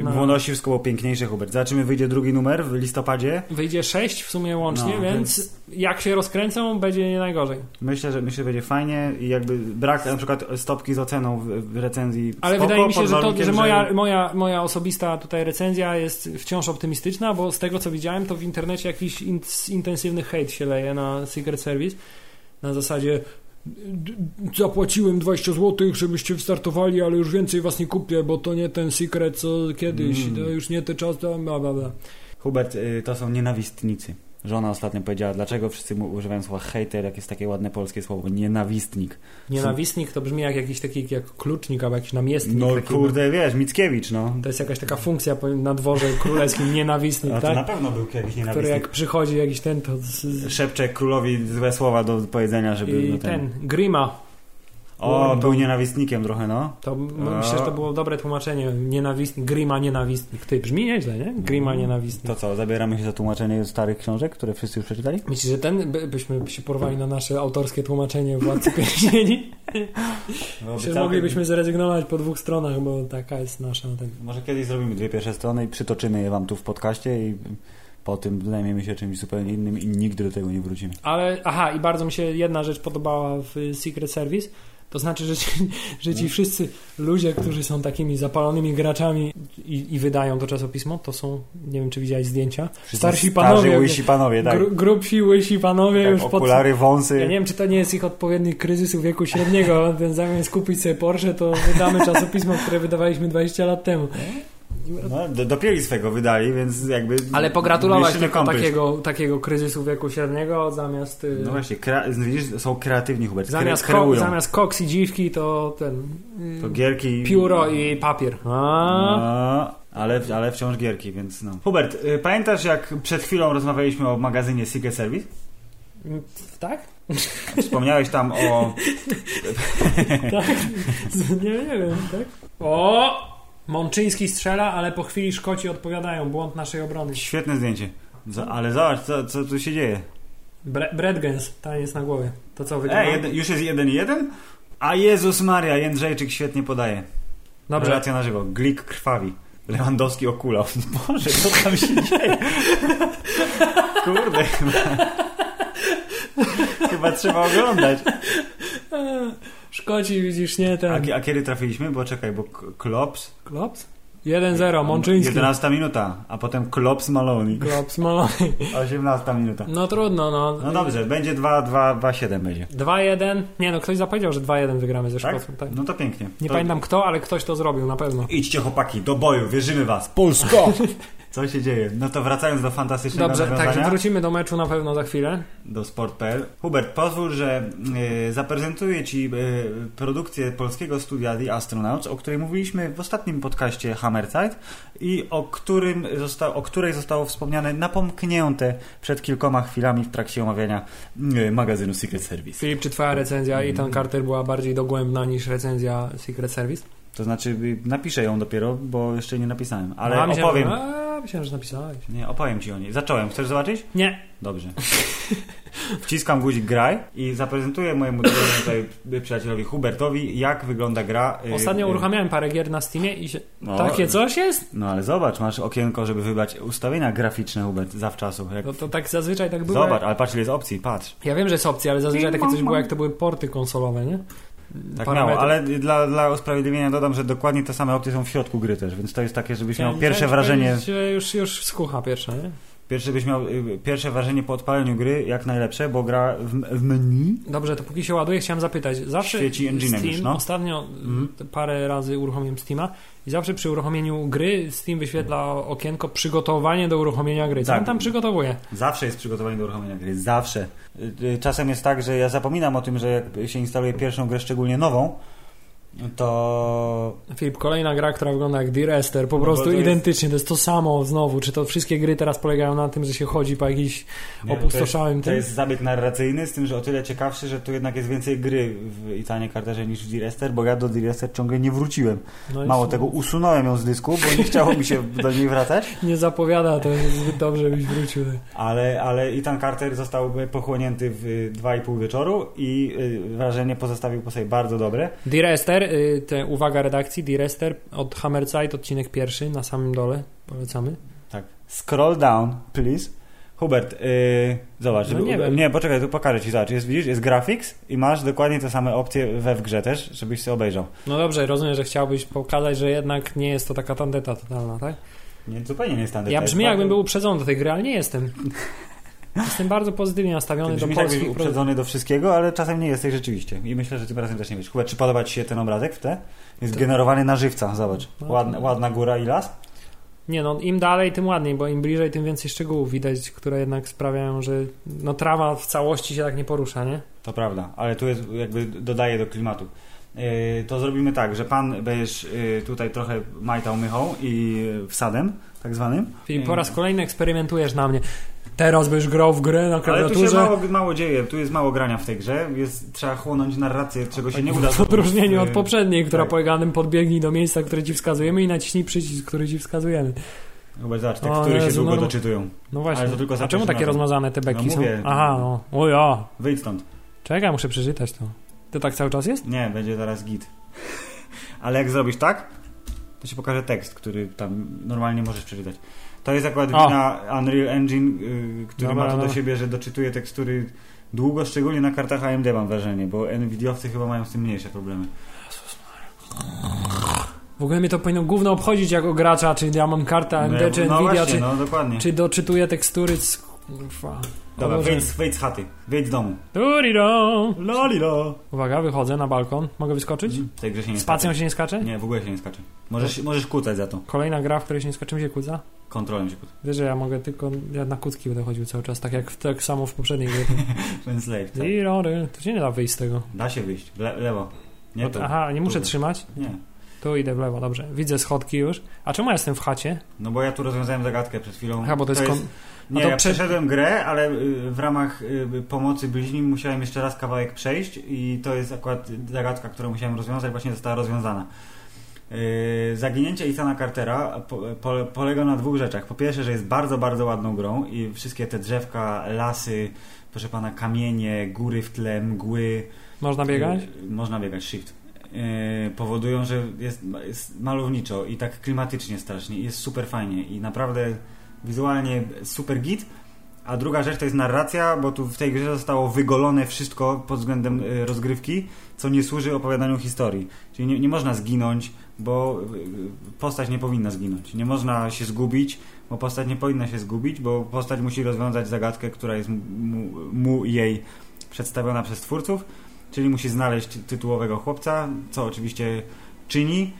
[SPEAKER 2] No.
[SPEAKER 1] Młodości wszystko było piękniejsze, Hubert. Zobaczymy, wyjdzie drugi numer w listopadzie.
[SPEAKER 2] Wyjdzie 6 w sumie łącznie,
[SPEAKER 1] No,
[SPEAKER 2] więc, jak się rozkręcą, będzie nie najgorzej.
[SPEAKER 1] Myślę, że myślę, że będzie fajnie i jakby brak na przykład stopki z oceną w, w recenzji.
[SPEAKER 2] Ale
[SPEAKER 1] spoko,
[SPEAKER 2] wydaje mi się,
[SPEAKER 1] pod
[SPEAKER 2] że, to,
[SPEAKER 1] warunkiem,
[SPEAKER 2] że moja, moja, moja osobista tutaj recenzja jest wciąż optymistyczna, bo z tego co widziałem, to w internecie jakiś in, intensywny hejt się leje na Secret Service. Na zasadzie "D- d- zapłaciłem 20 zł, żebyście wystartowali, ale już więcej was nie kupię, bo to nie ten Secret co kiedyś,
[SPEAKER 1] Mm.
[SPEAKER 2] to już nie te czasy, bla bla bla.
[SPEAKER 1] Hubert, y, to są nienawistnicy. Żona ostatnio powiedziała, dlaczego wszyscy mu używają słowa hejter, jak jest takie ładne polskie słowo, nienawistnik.
[SPEAKER 2] Nienawistnik to brzmi jak jakiś taki jak klucznik albo jakiś namiestnik.
[SPEAKER 1] No
[SPEAKER 2] taki,
[SPEAKER 1] kurde, wiesz, Mickiewicz, no.
[SPEAKER 2] To jest jakaś taka funkcja po- na dworze
[SPEAKER 1] <laughs>
[SPEAKER 2] królewskim, nienawistnik,
[SPEAKER 1] A to na
[SPEAKER 2] tak?
[SPEAKER 1] pewno był kiedyś
[SPEAKER 2] Który
[SPEAKER 1] nienawistnik.
[SPEAKER 2] jak przychodzi jakiś ten, to... Z, z,
[SPEAKER 1] Szepcze królowi złe słowa do powiedzenia, żeby...
[SPEAKER 2] I
[SPEAKER 1] no,
[SPEAKER 2] ten, Grima.
[SPEAKER 1] O,
[SPEAKER 2] Lord
[SPEAKER 1] był
[SPEAKER 2] Dom.
[SPEAKER 1] nienawistnikiem trochę, no.
[SPEAKER 2] To m-
[SPEAKER 1] A.
[SPEAKER 2] myślę, że to było dobre tłumaczenie. Nienawistnik, Grima nienawistnik. Ty brzmi nieźle, nie? Grima
[SPEAKER 1] No.
[SPEAKER 2] nienawistnik.
[SPEAKER 1] To co, zabieramy się za tłumaczenie starych książek, które wszyscy już przeczytali?
[SPEAKER 2] Myślisz, że ten by, byśmy się porwali na nasze autorskie
[SPEAKER 1] <laughs>
[SPEAKER 2] tłumaczenie Władcy Pierścieni?
[SPEAKER 1] No, tak,
[SPEAKER 2] Czy moglibyśmy zrezygnować po dwóch stronach, bo taka jest nasza. Ten...
[SPEAKER 1] Może kiedyś zrobimy dwie pierwsze strony i przytoczymy je wam tu w podcaście i po tym zajmiemy się czymś zupełnie innym i nigdy do tego nie wrócimy.
[SPEAKER 2] Ale, aha, i bardzo mi się jedna rzecz podobała w y, Secret Service. To znaczy, że ci, <laughs> że
[SPEAKER 1] Mhm.
[SPEAKER 2] ci wszyscy ludzie, którzy są takimi zapalonymi graczami i, i wydają to czasopismo, to są, nie wiem czy widziałeś zdjęcia,
[SPEAKER 1] Wszyscy
[SPEAKER 2] starsi panowie,
[SPEAKER 1] Starzy łysi panowie, tak.
[SPEAKER 2] gru, grubsi, łysi panowie
[SPEAKER 1] tak
[SPEAKER 2] już pod,
[SPEAKER 1] okulary, wąsy.
[SPEAKER 2] Ja nie wiem, czy to nie jest ich odpowiednik kryzysu wieku
[SPEAKER 1] <laughs>
[SPEAKER 2] średniego, więc zamiast kupić sobie Porsche, to wydamy czasopismo, które wydawaliśmy 20 lat temu.
[SPEAKER 1] No, do, dopiero swego wydali, więc jakby...
[SPEAKER 2] Ale pogratulować
[SPEAKER 1] mieścimy
[SPEAKER 2] tylko
[SPEAKER 1] kompyt.
[SPEAKER 2] takiego, takiego kryzysu wieku średniego zamiast... y,
[SPEAKER 1] No właśnie, kre... widzisz, są kreatywni, Hubert.
[SPEAKER 2] zamiast,
[SPEAKER 1] Kre... kreują.
[SPEAKER 2] ko- zamiast koks i dziwki to ten... y,
[SPEAKER 1] To gierki...
[SPEAKER 2] pióro i papier. A,
[SPEAKER 1] No, ale, ale wciąż gierki, więc no. Hubert, y, pamiętasz jak przed chwilą rozmawialiśmy o magazynie Secret Service? No.
[SPEAKER 2] Tak? <laughs>
[SPEAKER 1] Wspomniałeś tam o...
[SPEAKER 2] Z- nie, nie wiem, tak? O! Mączyński strzela, ale po chwili Szkoci odpowiadają. Błąd naszej obrony.
[SPEAKER 1] Świetne zdjęcie. Za- Ale zobacz, co, co tu się dzieje.
[SPEAKER 2] Bre- Bredgens, taniec na głowie. To co wygląda?
[SPEAKER 1] E, jeden, już jest 1-1? A Jezus Maria, Jędrzejczyk świetnie podaje.
[SPEAKER 2] Dobrze,
[SPEAKER 1] Relacja na żywo. Glik krwawi. Lewandowski okulał. <laughs> Boże, co tam się dzieje? Kurde, chyba... Chyba trzeba oglądać.
[SPEAKER 2] Eee, Szkoci widzisz, nie
[SPEAKER 1] A,
[SPEAKER 2] ten.
[SPEAKER 1] ki- a kiedy trafiliśmy? Bo czekaj, bo K- Klops...
[SPEAKER 2] Klops? 1-0, Mączyński.
[SPEAKER 1] 11 minuta, a potem Klops Maloney.
[SPEAKER 2] Klops, Malony.
[SPEAKER 1] 18 minuta.
[SPEAKER 2] No trudno, no.
[SPEAKER 1] No dobrze, będzie 2-2-2-7 będzie.
[SPEAKER 2] 2-1. Nie no, ktoś zapowiedział, że 2-1 wygramy ze
[SPEAKER 1] Tak?
[SPEAKER 2] Szkocją. Tak?
[SPEAKER 1] No to pięknie.
[SPEAKER 2] Nie
[SPEAKER 1] to...
[SPEAKER 2] pamiętam kto, ale ktoś to zrobił na pewno.
[SPEAKER 1] Idźcie chłopaki, do boju, wierzymy was.
[SPEAKER 2] Polsko!
[SPEAKER 1] Co się dzieje? No to wracając do fantastycznego
[SPEAKER 2] Dobrze, tak,
[SPEAKER 1] nawiązania,
[SPEAKER 2] także wrócimy do meczu na pewno za chwilę.
[SPEAKER 1] do sport.pl. Hubert, pozwól, że y, zaprezentuję Ci y, produkcję polskiego studia The Astronauts, o której mówiliśmy w ostatnim podcaście Hammerzeit i o, którym zosta- o której zostało wspomniane napomknięte przed kilkoma chwilami w trakcie omawiania y, magazynu Secret Service.
[SPEAKER 2] Filip, czy twoja recenzja
[SPEAKER 1] Mm.
[SPEAKER 2] Ethan Carter była bardziej dogłębna niż recenzja Secret Service?
[SPEAKER 1] To znaczy, y, napiszę ją dopiero, bo jeszcze nie napisałem, ale
[SPEAKER 2] A, myślałem,
[SPEAKER 1] opowiem.
[SPEAKER 2] że- A, myślałem, że napisałeś.
[SPEAKER 1] Nie, opowiem Ci o niej. Zacząłem. Chcesz zobaczyć?
[SPEAKER 2] Nie.
[SPEAKER 1] Dobrze. Wciskam guzik graj i zaprezentuję mojemu dobremu tutaj przyjacielowi Hubertowi, jak wygląda gra. y,
[SPEAKER 2] Ostatnio
[SPEAKER 1] y,
[SPEAKER 2] uruchamiałem parę gier na Steamie i się...
[SPEAKER 1] no,
[SPEAKER 2] Takie coś jest?
[SPEAKER 1] No ale zobacz, masz okienko, żeby wybrać ustawienia graficzne, Hubert, zawczasu. Jak...
[SPEAKER 2] No to tak zazwyczaj tak było.
[SPEAKER 1] Zobacz, ale patrz ile jest opcji, patrz.
[SPEAKER 2] Ja wiem, że jest opcja, ale zazwyczaj takie coś było, jak to były porty konsolowe, nie?
[SPEAKER 1] Tak
[SPEAKER 2] Parametry.
[SPEAKER 1] miało, ale dla, dla usprawiedliwienia dodam, że dokładnie te same opcje są w środku gry też, więc to jest takie, żebyś miał
[SPEAKER 2] Chciałem-
[SPEAKER 1] pierwsze
[SPEAKER 2] chciałem
[SPEAKER 1] wrażenie,
[SPEAKER 2] powiedzieć, że Już, już skucha pierwsza, nie?
[SPEAKER 1] pierwsze, byś miał y, pierwsze wrażenie po odpaleniu gry jak najlepsze, bo gra w, w menu
[SPEAKER 2] Dobrze, to póki się ładuje, chciałem zapytać. Zawsze
[SPEAKER 1] Świeci engine'em
[SPEAKER 2] Steam,
[SPEAKER 1] już, no.
[SPEAKER 2] ostatnio y, parę razy uruchomiłem Steama i zawsze przy uruchomieniu gry Steam wyświetla okienko przygotowanie do uruchomienia gry. Co
[SPEAKER 1] Tak.
[SPEAKER 2] on tam przygotowuje?
[SPEAKER 1] Zawsze jest przygotowanie do uruchomienia gry, zawsze. Y, y, Czasem jest tak, że ja zapominam o tym, że jak się instaluje pierwszą grę, szczególnie nową, to...
[SPEAKER 2] Filip, kolejna gra, która wygląda jak Dear Esther, po
[SPEAKER 1] No bo
[SPEAKER 2] prostu
[SPEAKER 1] to jest-
[SPEAKER 2] identycznie, to jest to samo znowu. Czy to wszystkie gry teraz polegają na tym, że się chodzi po jakichś opustoszałym
[SPEAKER 1] To
[SPEAKER 2] tym?
[SPEAKER 1] jest zabieg narracyjny, z tym, że o tyle ciekawszy, że tu jednak jest więcej gry w Itanie Karterze niż w Direster, bo ja do Direster ciągle nie wróciłem.
[SPEAKER 2] No i
[SPEAKER 1] Mało tego, usunąłem ją z dysku, bo nie chciało mi się do niej wracać,
[SPEAKER 2] Nie zapowiada to zbyt dobrze, byś wrócił.
[SPEAKER 1] ale, ale Ethan Carter został pochłonięty w y, dwa i pół wieczoru i y, wrażenie pozostawił po sobie bardzo dobre.
[SPEAKER 2] Dear Esther, y, te, uwaga redakcji, Direster od Hammerzeit, odcinek pierwszy na samym dole, polecamy.
[SPEAKER 1] Tak. Scroll down, please. Hubert, yy, zobacz,
[SPEAKER 2] No
[SPEAKER 1] żeby,
[SPEAKER 2] nie
[SPEAKER 1] nie,
[SPEAKER 2] wiem.
[SPEAKER 1] nie, poczekaj, tu pokażę ci, zobacz, jest, widzisz, jest graphics i masz dokładnie te same opcje we w grze też, żebyś sobie obejrzał.
[SPEAKER 2] No dobrze, rozumiem, że chciałbyś pokazać, że jednak nie jest to taka tandeta totalna, tak?
[SPEAKER 1] Nie, zupełnie nie jest standard.
[SPEAKER 2] Ja
[SPEAKER 1] To jest
[SPEAKER 2] brzmi jakbym
[SPEAKER 1] bardzo-
[SPEAKER 2] był uprzedzony do tej gry, ale nie jestem. Jestem bardzo pozytywnie
[SPEAKER 1] Ty
[SPEAKER 2] nastawiony do
[SPEAKER 1] brzmisz jakbyś
[SPEAKER 2] polskich
[SPEAKER 1] był
[SPEAKER 2] produktów.
[SPEAKER 1] uprzedzony do wszystkiego, ale czasem nie jesteś rzeczywiście. I myślę, że tym razem też nie wiesz. Hubert, czy podoba ci się ten obrazek w te? Jest
[SPEAKER 2] Tak.
[SPEAKER 1] generowany na żywca, zobacz.
[SPEAKER 2] No,
[SPEAKER 1] Ładna,
[SPEAKER 2] tak.
[SPEAKER 1] ładna góra i las.
[SPEAKER 2] Nie no, im dalej, tym ładniej, bo im bliżej, tym więcej szczegółów widać, które jednak sprawiają, że no trawa w całości się tak nie porusza, nie?
[SPEAKER 1] To prawda, ale tu jest jakby dodaje do klimatu. Yy, to zrobimy tak, że pan będziesz yy, tutaj trochę majtał mychą i yy, wsadem, tak zwanym.
[SPEAKER 2] I po
[SPEAKER 1] Yy,
[SPEAKER 2] raz kolejny eksperymentujesz na mnie. Teraz byś grał w grę na
[SPEAKER 1] Ale tu się
[SPEAKER 2] klawiaturze.
[SPEAKER 1] mało, mało dzieje, tu jest mało grania w tej grze, jest, trzeba chłonąć narrację, czego się nie uda.
[SPEAKER 2] <laughs> W odróżnieniu od
[SPEAKER 1] Yy,
[SPEAKER 2] poprzedniej, która
[SPEAKER 1] tak.
[SPEAKER 2] polega na tym podbiegnij do miejsca, które ci wskazujemy i naciśnij przycisk, który ci wskazujemy.
[SPEAKER 1] Chyba zobacz,
[SPEAKER 2] no. O,
[SPEAKER 1] tekstury się
[SPEAKER 2] Jezu,
[SPEAKER 1] długo
[SPEAKER 2] no-
[SPEAKER 1] doczytują.
[SPEAKER 2] No właśnie.
[SPEAKER 1] Ale to tylko za
[SPEAKER 2] A czemu
[SPEAKER 1] pierwszym
[SPEAKER 2] takie
[SPEAKER 1] razem.
[SPEAKER 2] rozmazane te beki
[SPEAKER 1] No
[SPEAKER 2] są?
[SPEAKER 1] mówię.
[SPEAKER 2] Aha, no. Ojo.
[SPEAKER 1] Wyjdź stąd.
[SPEAKER 2] Czekaj, muszę przeczytać to. To tak cały czas jest?
[SPEAKER 1] Nie, będzie zaraz git. <laughs> Ale jak zrobisz tak, to się pokaże tekst, który tam normalnie możesz przeczytać. To jest akurat
[SPEAKER 2] O.
[SPEAKER 1] wina Unreal Engine, yy, który ma
[SPEAKER 2] Dobra,
[SPEAKER 1] to do
[SPEAKER 2] dobra.
[SPEAKER 1] siebie, że doczytuje tekstury długo, szczególnie na kartach AMD mam wrażenie, bo Nvidiowcy chyba mają z tym mniejsze problemy.
[SPEAKER 2] W ogóle mnie to powinno gówno obchodzić jako gracza, czy ja mam kartę AMD,
[SPEAKER 1] no,
[SPEAKER 2] czy
[SPEAKER 1] no
[SPEAKER 2] Nvidia,
[SPEAKER 1] właśnie,
[SPEAKER 2] czy,
[SPEAKER 1] no dokładnie.
[SPEAKER 2] czy doczytuję tekstury z... Kurwa.
[SPEAKER 1] Dobra,
[SPEAKER 2] O Boże.
[SPEAKER 1] wyjdź, wyjdź z chaty, wyjdź z domu.
[SPEAKER 2] Turiro.
[SPEAKER 1] Lalila.
[SPEAKER 2] Uwaga, wychodzę na balkon. Mogę wyskoczyć?
[SPEAKER 1] W tej grze się nie
[SPEAKER 2] Spacją się nie skacze?
[SPEAKER 1] Nie, w ogóle się nie skacze. Możesz, możesz kłócać za to.
[SPEAKER 2] Kolejna gra, w której się nie skacze, mi się kłóca?
[SPEAKER 1] Kontrolem się kłócać.
[SPEAKER 2] Wiesz, że ja mogę tylko... Ja na kucki będę chodził cały czas, tak jak w- tak samo w
[SPEAKER 1] <laughs>
[SPEAKER 2] poprzedniej grze.
[SPEAKER 1] Slave, tak.
[SPEAKER 2] Tirory. To się nie da wyjść z tego.
[SPEAKER 1] Da się wyjść. W Le lewo. Nie
[SPEAKER 2] Bo-
[SPEAKER 1] tu.
[SPEAKER 2] No Aha, nie muszę
[SPEAKER 1] Tu.
[SPEAKER 2] trzymać?
[SPEAKER 1] Nie.
[SPEAKER 2] Tu idę w lewo, dobrze. Widzę schodki już. A czemu ja jestem w chacie?
[SPEAKER 1] No bo ja tu rozwiązałem zagadkę przed chwilą.
[SPEAKER 2] Aha, bo to jest... kon-
[SPEAKER 1] Nie,
[SPEAKER 2] a to
[SPEAKER 1] ja
[SPEAKER 2] prze-
[SPEAKER 1] przeszedłem grę, ale y, w ramach y, pomocy bliźnim musiałem jeszcze raz kawałek przejść i to jest akurat zagadka, którą musiałem rozwiązać, właśnie została rozwiązana. Y, Zaginięcie Ethana Cartera po, po, polega na dwóch rzeczach. Po pierwsze, że jest bardzo, bardzo ładną grą i wszystkie te drzewka, lasy, proszę pana, kamienie, góry w tle, mgły,
[SPEAKER 2] Można biegać?
[SPEAKER 1] Y, Można biegać, shift. Y, powodują, że jest, jest malowniczo i tak klimatycznie strasznie i jest super fajnie i naprawdę wizualnie super git. A druga rzecz to jest narracja, bo tu w tej grze zostało wygolone wszystko pod względem y, rozgrywki, co nie służy opowiadaniu historii. Czyli nie, nie można zginąć, bo y, postać nie powinna zginąć. Nie można się zgubić, bo postać nie powinna się zgubić, bo postać musi rozwiązać zagadkę, która jest mu, mu jej przedstawiona przez twórców czyli musi znaleźć tytułowego chłopca, co oczywiście czyni.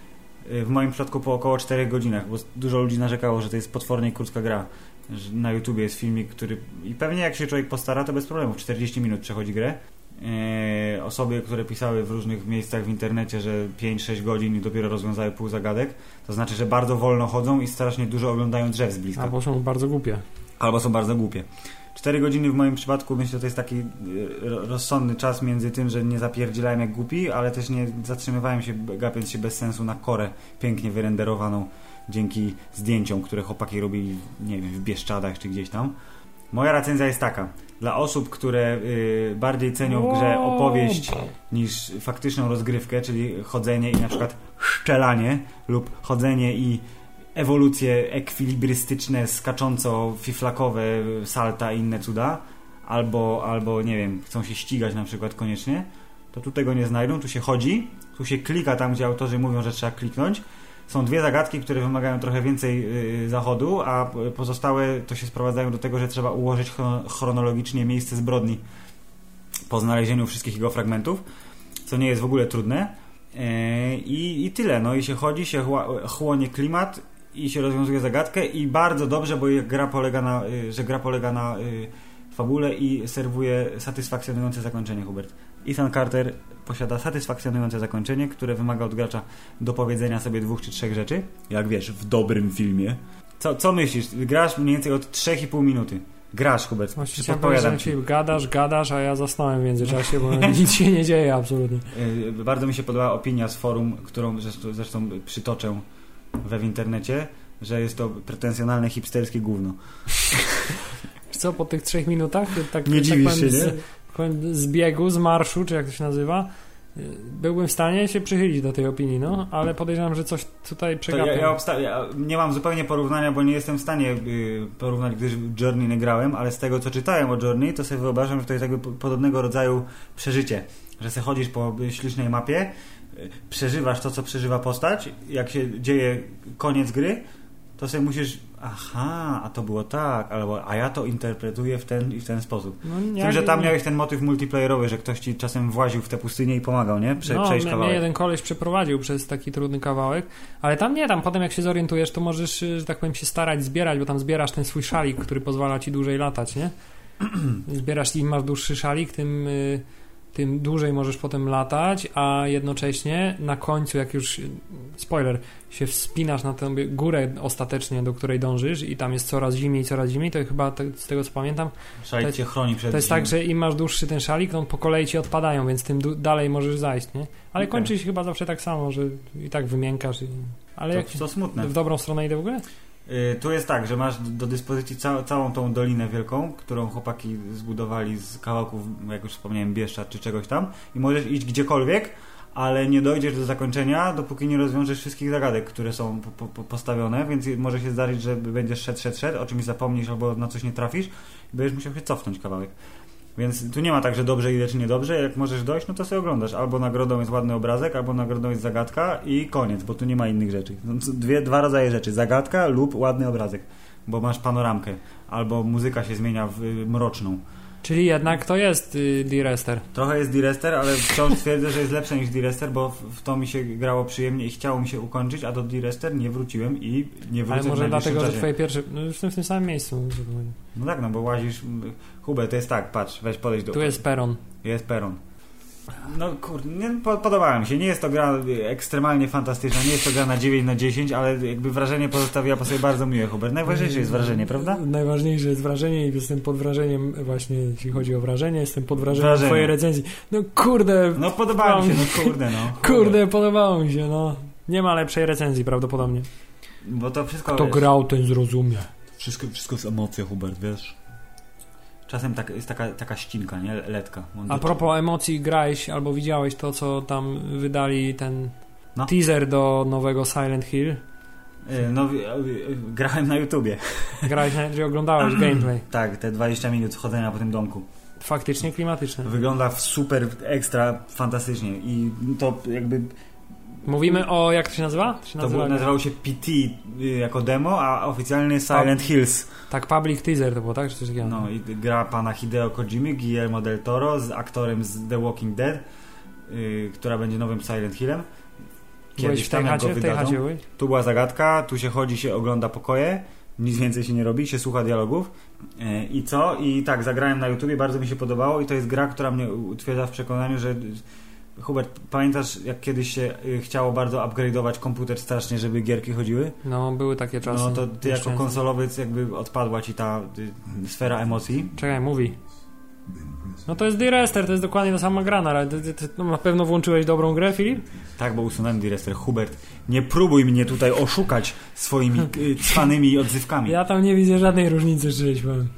[SPEAKER 1] Y, W moim przypadku po około 4 godzinach, bo dużo ludzi narzekało, że to jest potwornie krótka gra. Że Na YouTubie jest filmik, który. I pewnie jak się człowiek postara, to bez problemu. w 40 minut przechodzi grę. Y, Osoby, które pisały w różnych miejscach w internecie, że 5-6 godzin i dopiero rozwiązały pół zagadek, to znaczy, że bardzo wolno chodzą i strasznie dużo oglądają drzew z bliska.
[SPEAKER 2] Albo są bardzo głupie.
[SPEAKER 1] Albo są bardzo głupie. 4 godziny w moim przypadku myślę, że to jest taki y, ro- rozsądny czas między tym, że nie zapierdzielałem jak głupi, ale też nie zatrzymywałem się, b- gapiąc się bez sensu na korę pięknie wyrenderowaną dzięki zdjęciom, które chłopaki robili, nie wiem, w Bieszczadach czy gdzieś tam. Moja recenzja jest taka. Dla osób, które y, bardziej cenią w grze opowieść niż faktyczną rozgrywkę, czyli chodzenie i na przykład szczelanie lub chodzenie i ewolucje ekwilibrystyczne, skacząco fiflakowe, salta i inne cuda, albo, albo nie wiem, chcą się ścigać na przykład koniecznie, to tu tego nie znajdą, tu się chodzi, tu się klika tam, gdzie autorzy mówią, że trzeba kliknąć. Są dwie zagadki, które wymagają trochę więcej yy, zachodu, a p- pozostałe to się sprowadzają do tego, że trzeba ułożyć chron- chronologicznie miejsce zbrodni po znalezieniu wszystkich jego fragmentów, co nie jest w ogóle trudne. Yy, I, I tyle. No i się chodzi, się chła- chłonie klimat i się rozwiązuje zagadkę i bardzo dobrze, bo jak gra polega na, y, że gra polega na y, fabule i serwuje satysfakcjonujące zakończenie, Hubert. Ethan Carter posiada satysfakcjonujące zakończenie, które wymaga od gracza dopowiedzenia sobie dwóch czy trzech rzeczy. Jak wiesz, w dobrym filmie. Co, co myślisz? Grasz mniej więcej od 3,5 minuty. Grasz, Hubert.
[SPEAKER 2] Właśnie chciałem powiedzieć,
[SPEAKER 1] Podpowiadam
[SPEAKER 2] że
[SPEAKER 1] ci.
[SPEAKER 2] ci gadasz, gadasz, a ja zasnąłem w międzyczasie, bo <laughs> nic się nie dzieje absolutnie.
[SPEAKER 1] Y, Bardzo mi się podobała opinia z forum, którą zresztą, zresztą przytoczę we w internecie, że jest to pretensjonalne hipsterskie gówno.
[SPEAKER 2] Wiesz Co, po tych trzech minutach, tak,
[SPEAKER 1] Nie
[SPEAKER 2] tak
[SPEAKER 1] dziwisz
[SPEAKER 2] powiem,
[SPEAKER 1] się, nie?
[SPEAKER 2] z, powiem, z biegu, z marszu, czy jak to się nazywa, byłbym w stanie się przychylić do tej opinii, no, ale podejrzewam, że coś
[SPEAKER 1] To
[SPEAKER 2] tutaj
[SPEAKER 1] ja,
[SPEAKER 2] przegapiam.
[SPEAKER 1] ja, obsta- ja nie mam zupełnie porównania, bo nie jestem w stanie y, porównać, gdyż w Journey nie grałem, ale z tego co czytałem o Journey, to sobie wyobrażam, że to jest jakby po- podobnego rodzaju przeżycie, że se chodzisz po y, ślicznej mapie, y, przeżywasz to, co przeżywa postać, jak się dzieje koniec gry, to sobie musisz, aha, a to było tak, albo a ja to interpretuję w ten i w ten sposób.
[SPEAKER 2] No,
[SPEAKER 1] Z
[SPEAKER 2] ja-
[SPEAKER 1] tym, że tam miałeś ten motyw multiplayerowy, że ktoś ci czasem właził w te pustynie i pomagał, nie? Prze-
[SPEAKER 2] no,
[SPEAKER 1] przejść
[SPEAKER 2] mnie-
[SPEAKER 1] kawałek.
[SPEAKER 2] Mnie jeden koleś przeprowadził przez taki trudny kawałek, ale tam nie, tam potem jak się zorientujesz, to możesz, y, że tak powiem, się starać zbierać, bo tam zbierasz ten swój szalik, który pozwala ci dłużej
[SPEAKER 1] <clears throat>
[SPEAKER 2] latać, nie? Zbierasz, im masz dłuższy szalik, tym, y, tym dłużej możesz potem latać, a jednocześnie na końcu, jak już, y, spoiler, się wspinasz na tę górę ostatecznie, do której dążysz i tam jest coraz zimniej, coraz zimniej, to chyba te, z tego co pamiętam,
[SPEAKER 1] Szalik
[SPEAKER 2] to-
[SPEAKER 1] cię chroni przed
[SPEAKER 2] to jest
[SPEAKER 1] zimą.
[SPEAKER 2] tak, że im masz dłuższy ten szalik, to on po kolei ci odpadają, więc tym du- dalej możesz zajść, nie? Ale
[SPEAKER 1] Okej.
[SPEAKER 2] kończy się chyba zawsze tak samo, że i tak wymiękasz. I... Ale jak
[SPEAKER 1] to, to smutne.
[SPEAKER 2] w dobrą stronę idę w ogóle?
[SPEAKER 1] Y, Tu jest tak, że masz do dyspozycji ca- całą tą dolinę wielką, którą chłopaki zbudowali z kawałków, jak już wspomniałem, Bieszczad czy czegoś tam i możesz iść gdziekolwiek, ale nie dojdziesz do zakończenia, dopóki nie rozwiążesz wszystkich zagadek, które są po, po, po postawione, więc może się zdarzyć, że będziesz szedł, szedł, szedł, o czymś zapomnisz albo na coś nie trafisz i będziesz musiał się cofnąć kawałek. Więc tu nie ma tak, że dobrze idę czy niedobrze, jak możesz dojść, no to sobie oglądasz. Albo nagrodą jest ładny obrazek, albo nagrodą jest zagadka i koniec, bo tu nie ma innych rzeczy. No, c- Dwie, dwa rodzaje rzeczy, zagadka lub ładny obrazek, bo masz panoramkę. Albo muzyka się zmienia w y, mroczną.
[SPEAKER 2] Czyli jednak to jest y, D-Rester.
[SPEAKER 1] Trochę jest D-Rester, ale wciąż twierdzę, że jest lepsze niż D-Rester, bo w, w to mi się grało przyjemnie i chciało mi się ukończyć, a do D-Rester nie wróciłem i nie wrócę
[SPEAKER 2] Ale
[SPEAKER 1] w
[SPEAKER 2] może
[SPEAKER 1] najbliższym
[SPEAKER 2] dlatego, że
[SPEAKER 1] czasie.
[SPEAKER 2] twoje pierwsze... No już jestem w tym samym miejscu. zupełnie.
[SPEAKER 1] No tak, no bo łazisz... m, Hubert, to jest tak, patrz, weź podejść do...
[SPEAKER 2] Tu jest peron.
[SPEAKER 1] Jest peron. No kurde, nie, po, podobała mi się. Nie jest to gra y, ekstremalnie fantastyczna, nie jest to gra na 9 na 10, ale jakby wrażenie pozostawiła po sobie bardzo miłe, Hubert. Najważniejsze jest wrażenie, prawda?
[SPEAKER 2] Najważniejsze jest wrażenie i jestem pod wrażeniem właśnie, jeśli chodzi o wrażenie, jestem pod wrażeniem
[SPEAKER 1] Wrażenie.
[SPEAKER 2] twojej recenzji. No kurde,
[SPEAKER 1] No podobała mi się, no kurde no.
[SPEAKER 2] kurde, podobało mi się, no. Nie ma lepszej recenzji prawdopodobnie.
[SPEAKER 1] Bo to wszystko...
[SPEAKER 2] Kto
[SPEAKER 1] wiesz,
[SPEAKER 2] grał, ten zrozumie.
[SPEAKER 1] Wszystko, wszystko jest emocja, Hubert, wiesz? Czasem tak, jest taka, taka ścinka, nie? Letka.
[SPEAKER 2] A propos emocji, grałeś albo widziałeś to, co tam wydali ten
[SPEAKER 1] No.
[SPEAKER 2] teaser do nowego Silent Hill?
[SPEAKER 1] Y, No, y, y, grałem na YouTubie.
[SPEAKER 2] Grałeś, na- czy oglądałeś
[SPEAKER 1] <clears throat>
[SPEAKER 2] gameplay?
[SPEAKER 1] Tak, te 20 minut chodzenia po tym domku.
[SPEAKER 2] Faktycznie klimatyczne.
[SPEAKER 1] Wygląda super, ekstra, fantastycznie. I to jakby
[SPEAKER 2] Mówimy o, jak to się nazywa? To się
[SPEAKER 1] To
[SPEAKER 2] nazywa
[SPEAKER 1] było, nazywało się PT y, jako demo, a oficjalnie Silent Hills.
[SPEAKER 2] Tak, public teaser to było, tak? Czy coś takiego?
[SPEAKER 1] No i gra pana Hideo Kojimy, Guillermo del Toro z aktorem z The Walking Dead, y, która będzie nowym Silent Hillem.
[SPEAKER 2] Byłeś w tej
[SPEAKER 1] jak
[SPEAKER 2] chacie?
[SPEAKER 1] go
[SPEAKER 2] W tej
[SPEAKER 1] wydadzą.
[SPEAKER 2] chacie byłeś?
[SPEAKER 1] Tu była zagadka, tu się chodzi, się ogląda pokoje, nic więcej się nie robi, się słucha dialogów. E, I co? I tak, zagrałem na YouTubie, bardzo mi się podobało i to jest gra, która mnie utwierdza w przekonaniu, że Hubert, pamiętasz jak kiedyś się y, chciało bardzo upgrade'ować komputer strasznie, żeby gierki chodziły?
[SPEAKER 2] No, były takie czasy.
[SPEAKER 1] No to ty jako
[SPEAKER 2] Nieszczęsne.
[SPEAKER 1] konsolowiec jakby odpadła ci ta y, sfera emocji.
[SPEAKER 2] Czekaj, mówi. No to jest D-Rester, to jest dokładnie ta sama gra, no, ale ty, ty, ty, no, na pewno włączyłeś dobrą grę, Filip?
[SPEAKER 1] Tak, bo usunąłem Direster. Hubert, nie próbuj mnie tutaj oszukać swoimi y,
[SPEAKER 2] <laughs>
[SPEAKER 1] cwanymi odzywkami.
[SPEAKER 2] Ja tam nie widzę żadnej różnicy, szczerze ci powiem.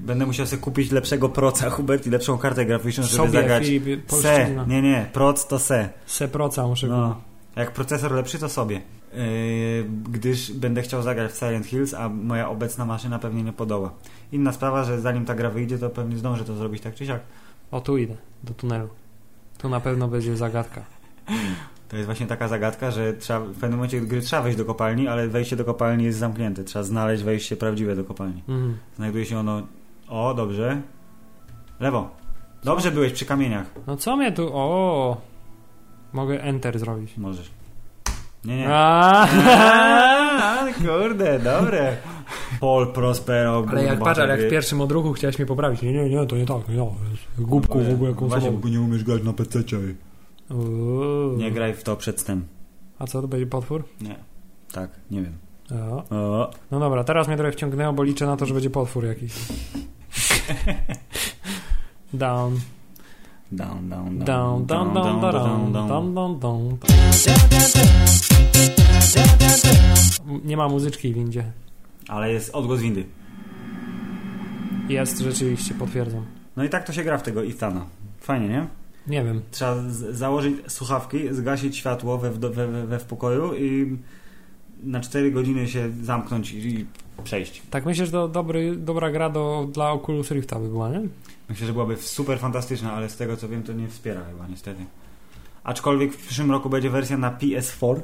[SPEAKER 1] Będę musiał sobie kupić lepszego proca, Hubert, i lepszą kartę graficzną, żeby zagrać.
[SPEAKER 2] Filip,
[SPEAKER 1] Se,
[SPEAKER 2] polszczyzna.
[SPEAKER 1] nie, nie, proc to se.
[SPEAKER 2] Se proca muszę kupić.
[SPEAKER 1] No. Jak procesor lepszy, to sobie. Yy, gdyż będę chciał zagrać w Silent Hills, a moja obecna maszyna pewnie nie podoła. Inna sprawa, że zanim ta gra wyjdzie, to pewnie zdążę to zrobić tak czy siak.
[SPEAKER 2] O, tu idę, do tunelu. Tu na pewno będzie zagadka.
[SPEAKER 1] To jest właśnie taka zagadka, że trzeba, w pewnym momencie gry trzeba wejść do kopalni, ale wejście do kopalni jest zamknięte. Trzeba znaleźć wejście prawdziwe do kopalni.
[SPEAKER 2] Mhm.
[SPEAKER 1] Znajduje się ono. O, dobrze. Lewo. Dobrze byłeś przy kamieniach.
[SPEAKER 2] No co mnie tu... O, Mogę enter zrobić.
[SPEAKER 1] Możesz. Nie, nie. <laughs>
[SPEAKER 2] A,
[SPEAKER 1] A, <laughs> kurde, dobre. Paul Prospero.
[SPEAKER 2] ale
[SPEAKER 1] Bohater
[SPEAKER 2] jak patrz, ale jak
[SPEAKER 1] gry.
[SPEAKER 2] w pierwszym odruchu chciałeś mnie poprawić. Nie, nie, nie, to nie tak. Nie, no, głupku w ogóle
[SPEAKER 1] Właśnie,
[SPEAKER 2] konsolą.
[SPEAKER 1] bo nie umiesz grać na PC. Nie graj w to przedtem.
[SPEAKER 2] A co, to będzie potwór?
[SPEAKER 1] Nie. Tak, nie wiem.
[SPEAKER 2] O.
[SPEAKER 1] O,
[SPEAKER 2] No dobra, teraz mnie trochę wciągnęło, bo liczę na to, że będzie potwór
[SPEAKER 1] <laughs>
[SPEAKER 2] jakiś. Down,
[SPEAKER 1] down, down,
[SPEAKER 2] down, down, down, down, down, down, down, down. Nie ma muzyczki w windzie.
[SPEAKER 1] Ale jest odgłos windy.
[SPEAKER 2] Jest, rzeczywiście, potwierdzam.
[SPEAKER 1] No i tak to się gra w tego Ethana. Fajnie, nie?
[SPEAKER 2] Nie wiem.
[SPEAKER 1] Trzeba z- założyć słuchawki, zgasić światło we, we, we, we w pokoju i na 4 godziny się zamknąć i, i przejść.
[SPEAKER 2] Tak myślę, że to dobry, dobra gra do, dla Oculus Rifta by była, nie?
[SPEAKER 1] Myślę, że byłaby super fantastyczna, ale z tego co wiem, to nie wspiera chyba niestety. Aczkolwiek w przyszłym roku będzie wersja na PS4.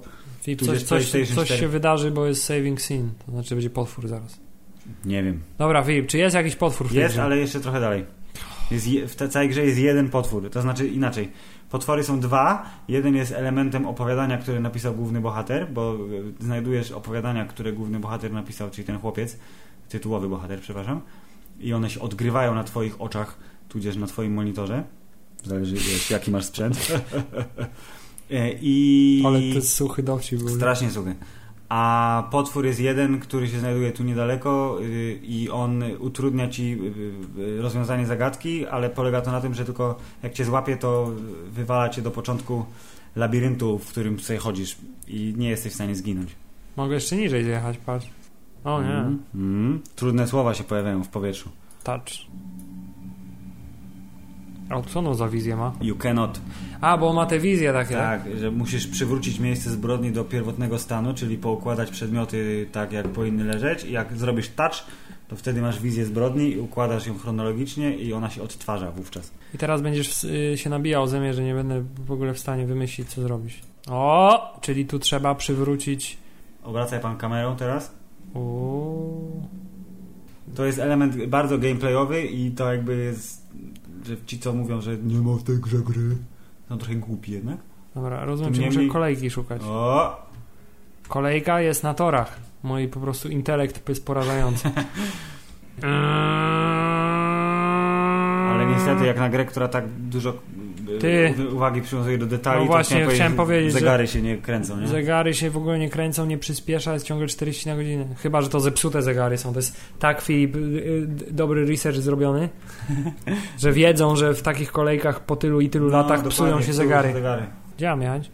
[SPEAKER 2] Filip,
[SPEAKER 1] Tudzież
[SPEAKER 2] coś, coś,
[SPEAKER 1] PlayStation
[SPEAKER 2] coś
[SPEAKER 1] 4.
[SPEAKER 2] się wydarzy, bo jest saving scene. To znaczy będzie potwór zaraz.
[SPEAKER 1] Nie wiem.
[SPEAKER 2] Dobra, Filip, czy jest jakiś potwór w tej
[SPEAKER 1] Jest,
[SPEAKER 2] grze?
[SPEAKER 1] ale jeszcze trochę dalej. Jest je, w tej całej grze jest jeden potwór, to znaczy inaczej. Potwory są dwa. Jeden jest elementem opowiadania, które napisał główny bohater, bo y, znajdujesz opowiadania, które główny bohater napisał, czyli ten chłopiec, tytułowy bohater, przepraszam, i one się odgrywają na Twoich oczach, tudzież na Twoim monitorze. Zależy, wiesz, jaki masz sprzęt. <laughs> E, I.
[SPEAKER 2] Ale to jest suchy dowcip. Był.
[SPEAKER 1] Strasznie suchy. A potwór jest jeden, który się znajduje tu niedaleko y, i on utrudnia ci y, y, rozwiązanie zagadki, ale polega to na tym, że tylko jak cię złapie, to wywala cię do początku labiryntu, w którym sobie chodzisz i nie jesteś w stanie zginąć.
[SPEAKER 2] Mogę jeszcze niżej zjechać, patrz. O nie,
[SPEAKER 1] Mm, mm. Trudne słowa się pojawiają w powietrzu.
[SPEAKER 2] touch. A co ono za wizję ma?
[SPEAKER 1] You cannot.
[SPEAKER 2] A, bo on ma te wizje takie.
[SPEAKER 1] Tak, że musisz przywrócić miejsce zbrodni do pierwotnego stanu, czyli poukładać przedmioty tak, jak powinny leżeć. I jak zrobisz touch, to wtedy masz wizję zbrodni i układasz ją chronologicznie i ona się odtwarza wówczas.
[SPEAKER 2] I teraz będziesz y, się nabijał ze mnie, że nie będę w ogóle w stanie wymyślić, co zrobić. O, czyli tu trzeba przywrócić.
[SPEAKER 1] Obracaj pan kamerą teraz.
[SPEAKER 2] Uuu.
[SPEAKER 1] To jest element bardzo gameplayowy i to jakby jest, że ci co mówią, że nie ma w tej grze gry, są trochę głupi jednak.
[SPEAKER 2] Dobra, rozumiem,
[SPEAKER 1] Tym
[SPEAKER 2] że muszę
[SPEAKER 1] niemniej-
[SPEAKER 2] kolejki szukać.
[SPEAKER 1] O,
[SPEAKER 2] Kolejka jest na torach. Mój po prostu intelekt jest porażający.
[SPEAKER 1] <laughs> ale niestety jak na grę, która tak dużo e,
[SPEAKER 2] Ty.
[SPEAKER 1] uwagi przywiązuje do detali,
[SPEAKER 2] No
[SPEAKER 1] to
[SPEAKER 2] właśnie,
[SPEAKER 1] chciałem,
[SPEAKER 2] chciałem powiedzieć, że-
[SPEAKER 1] zegary się nie kręcą, nie?
[SPEAKER 2] Zegary się w ogóle nie kręcą, nie przyspiesza, jest ciągle 40 na godzinę. Chyba, że to zepsute zegary są. To jest tak, Filip, y, y, d- dobry research
[SPEAKER 1] <laughs>
[SPEAKER 2] zrobiony, że wiedzą, że w takich kolejkach po tylu i tylu
[SPEAKER 1] No,
[SPEAKER 2] latach
[SPEAKER 1] dokładnie,
[SPEAKER 2] psują się zegary.
[SPEAKER 1] zegary.
[SPEAKER 2] Gdzie mam jechać?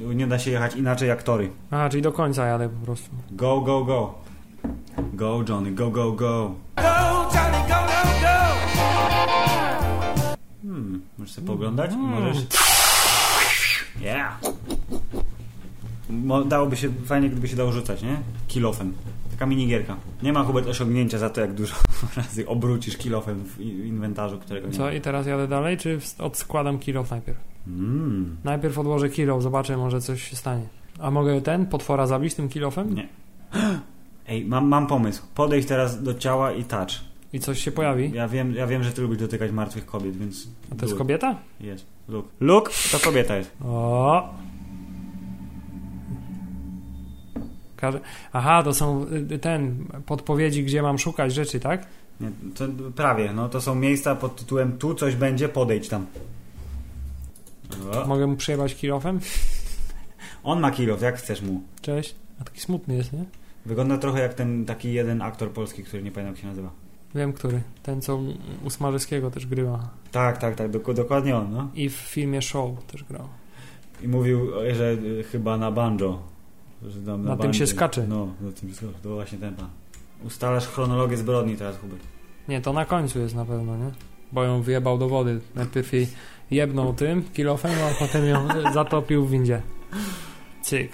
[SPEAKER 1] No, Nie da się jechać inaczej jak tory.
[SPEAKER 2] Aha, czyli do końca jadę po prostu.
[SPEAKER 1] Go, go, go. Go, Johnny, go, go, go. Hmm, możesz sobie pooglądać? Możesz. Yeah. Mo- dałoby się, fajnie gdyby się dało rzucać, nie? Kilofem. Taka minigierka. Nie ma Hubert osiągnięcia za to, jak dużo <laughs> razy obrócisz kilofem w i- inwentarzu, którego nie ma.
[SPEAKER 2] Co, i teraz jadę dalej, czy w- odskładam kilo najpierw?
[SPEAKER 1] Mm.
[SPEAKER 2] Najpierw odłożę kilo, zobaczę, może coś się stanie. A mogę ten potwora zabić tym kilofem?
[SPEAKER 1] Nie. <gasps> Ej, mam, mam pomysł. Podejdź teraz do ciała i touch.
[SPEAKER 2] I coś się pojawi?
[SPEAKER 1] Ja wiem, ja wiem, że ty lubisz dotykać martwych kobiet, więc...
[SPEAKER 2] A to jest
[SPEAKER 1] do it.
[SPEAKER 2] kobieta?
[SPEAKER 1] Jest. Luke. Luke to kobieta jest.
[SPEAKER 2] O. Każe... Aha, to są y, y, ten podpowiedzi, gdzie mam szukać rzeczy, tak?
[SPEAKER 1] Nie, to prawie, no to są miejsca pod tytułem tu coś będzie, podejdź tam. O.
[SPEAKER 2] Mogę mu przejebać kilofem?
[SPEAKER 1] On ma kilof, jak chcesz mu.
[SPEAKER 2] Cześć. A taki smutny jest, nie?
[SPEAKER 1] Wygląda trochę jak ten taki jeden aktor polski, który nie pamiętam jak się nazywa.
[SPEAKER 2] Wiem który. Ten, co u Smarzyskiego też grywa.
[SPEAKER 1] Tak, tak, tak, dok- dokładnie on, no.
[SPEAKER 2] I w filmie Show też grał.
[SPEAKER 1] I mówił, że y, chyba na banjo. Że tam
[SPEAKER 2] Na tym
[SPEAKER 1] banjo.
[SPEAKER 2] się skacze.
[SPEAKER 1] No, na tym się skacze. To właśnie ten pan. Ustalasz chronologię zbrodni teraz, Hubert.
[SPEAKER 2] Nie, to na końcu jest na pewno, nie? Bo ją wyjebał do wody. Najpierw jej jebnął tym kilofem, a potem ją <laughs> y, zatopił w windzie. Cyk.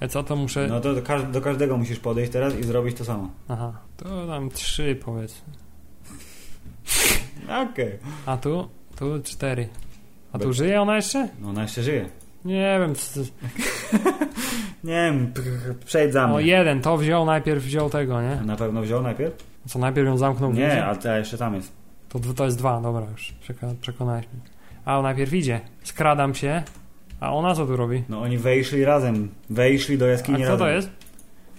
[SPEAKER 2] A co to muszę...
[SPEAKER 1] No to do, każ- do każdego musisz podejść teraz i zrobić to samo.
[SPEAKER 2] Aha. To tam trzy powiedz.
[SPEAKER 1] Okej.
[SPEAKER 2] A tu? Tu cztery. A tu
[SPEAKER 1] Be-
[SPEAKER 2] żyje ona jeszcze?
[SPEAKER 1] No ona jeszcze żyje.
[SPEAKER 2] Nie wiem. c- c-
[SPEAKER 1] Nie wiem, p- p- przejdź za
[SPEAKER 2] O
[SPEAKER 1] mnie.
[SPEAKER 2] jeden, to wziął, najpierw wziął tego, nie?
[SPEAKER 1] Na pewno wziął najpierw?
[SPEAKER 2] Co, najpierw ją zamknął w
[SPEAKER 1] Nie,
[SPEAKER 2] buzi?
[SPEAKER 1] a ta jeszcze tam jest.
[SPEAKER 2] To, dwu- to jest dwa, dobra, już przeka- przekonałeś mnie. A on najpierw idzie. Skradam się. A ona co tu robi?
[SPEAKER 1] No oni wejszli razem. Wejszli do
[SPEAKER 2] A
[SPEAKER 1] jaskini
[SPEAKER 2] co
[SPEAKER 1] razem.
[SPEAKER 2] to jest?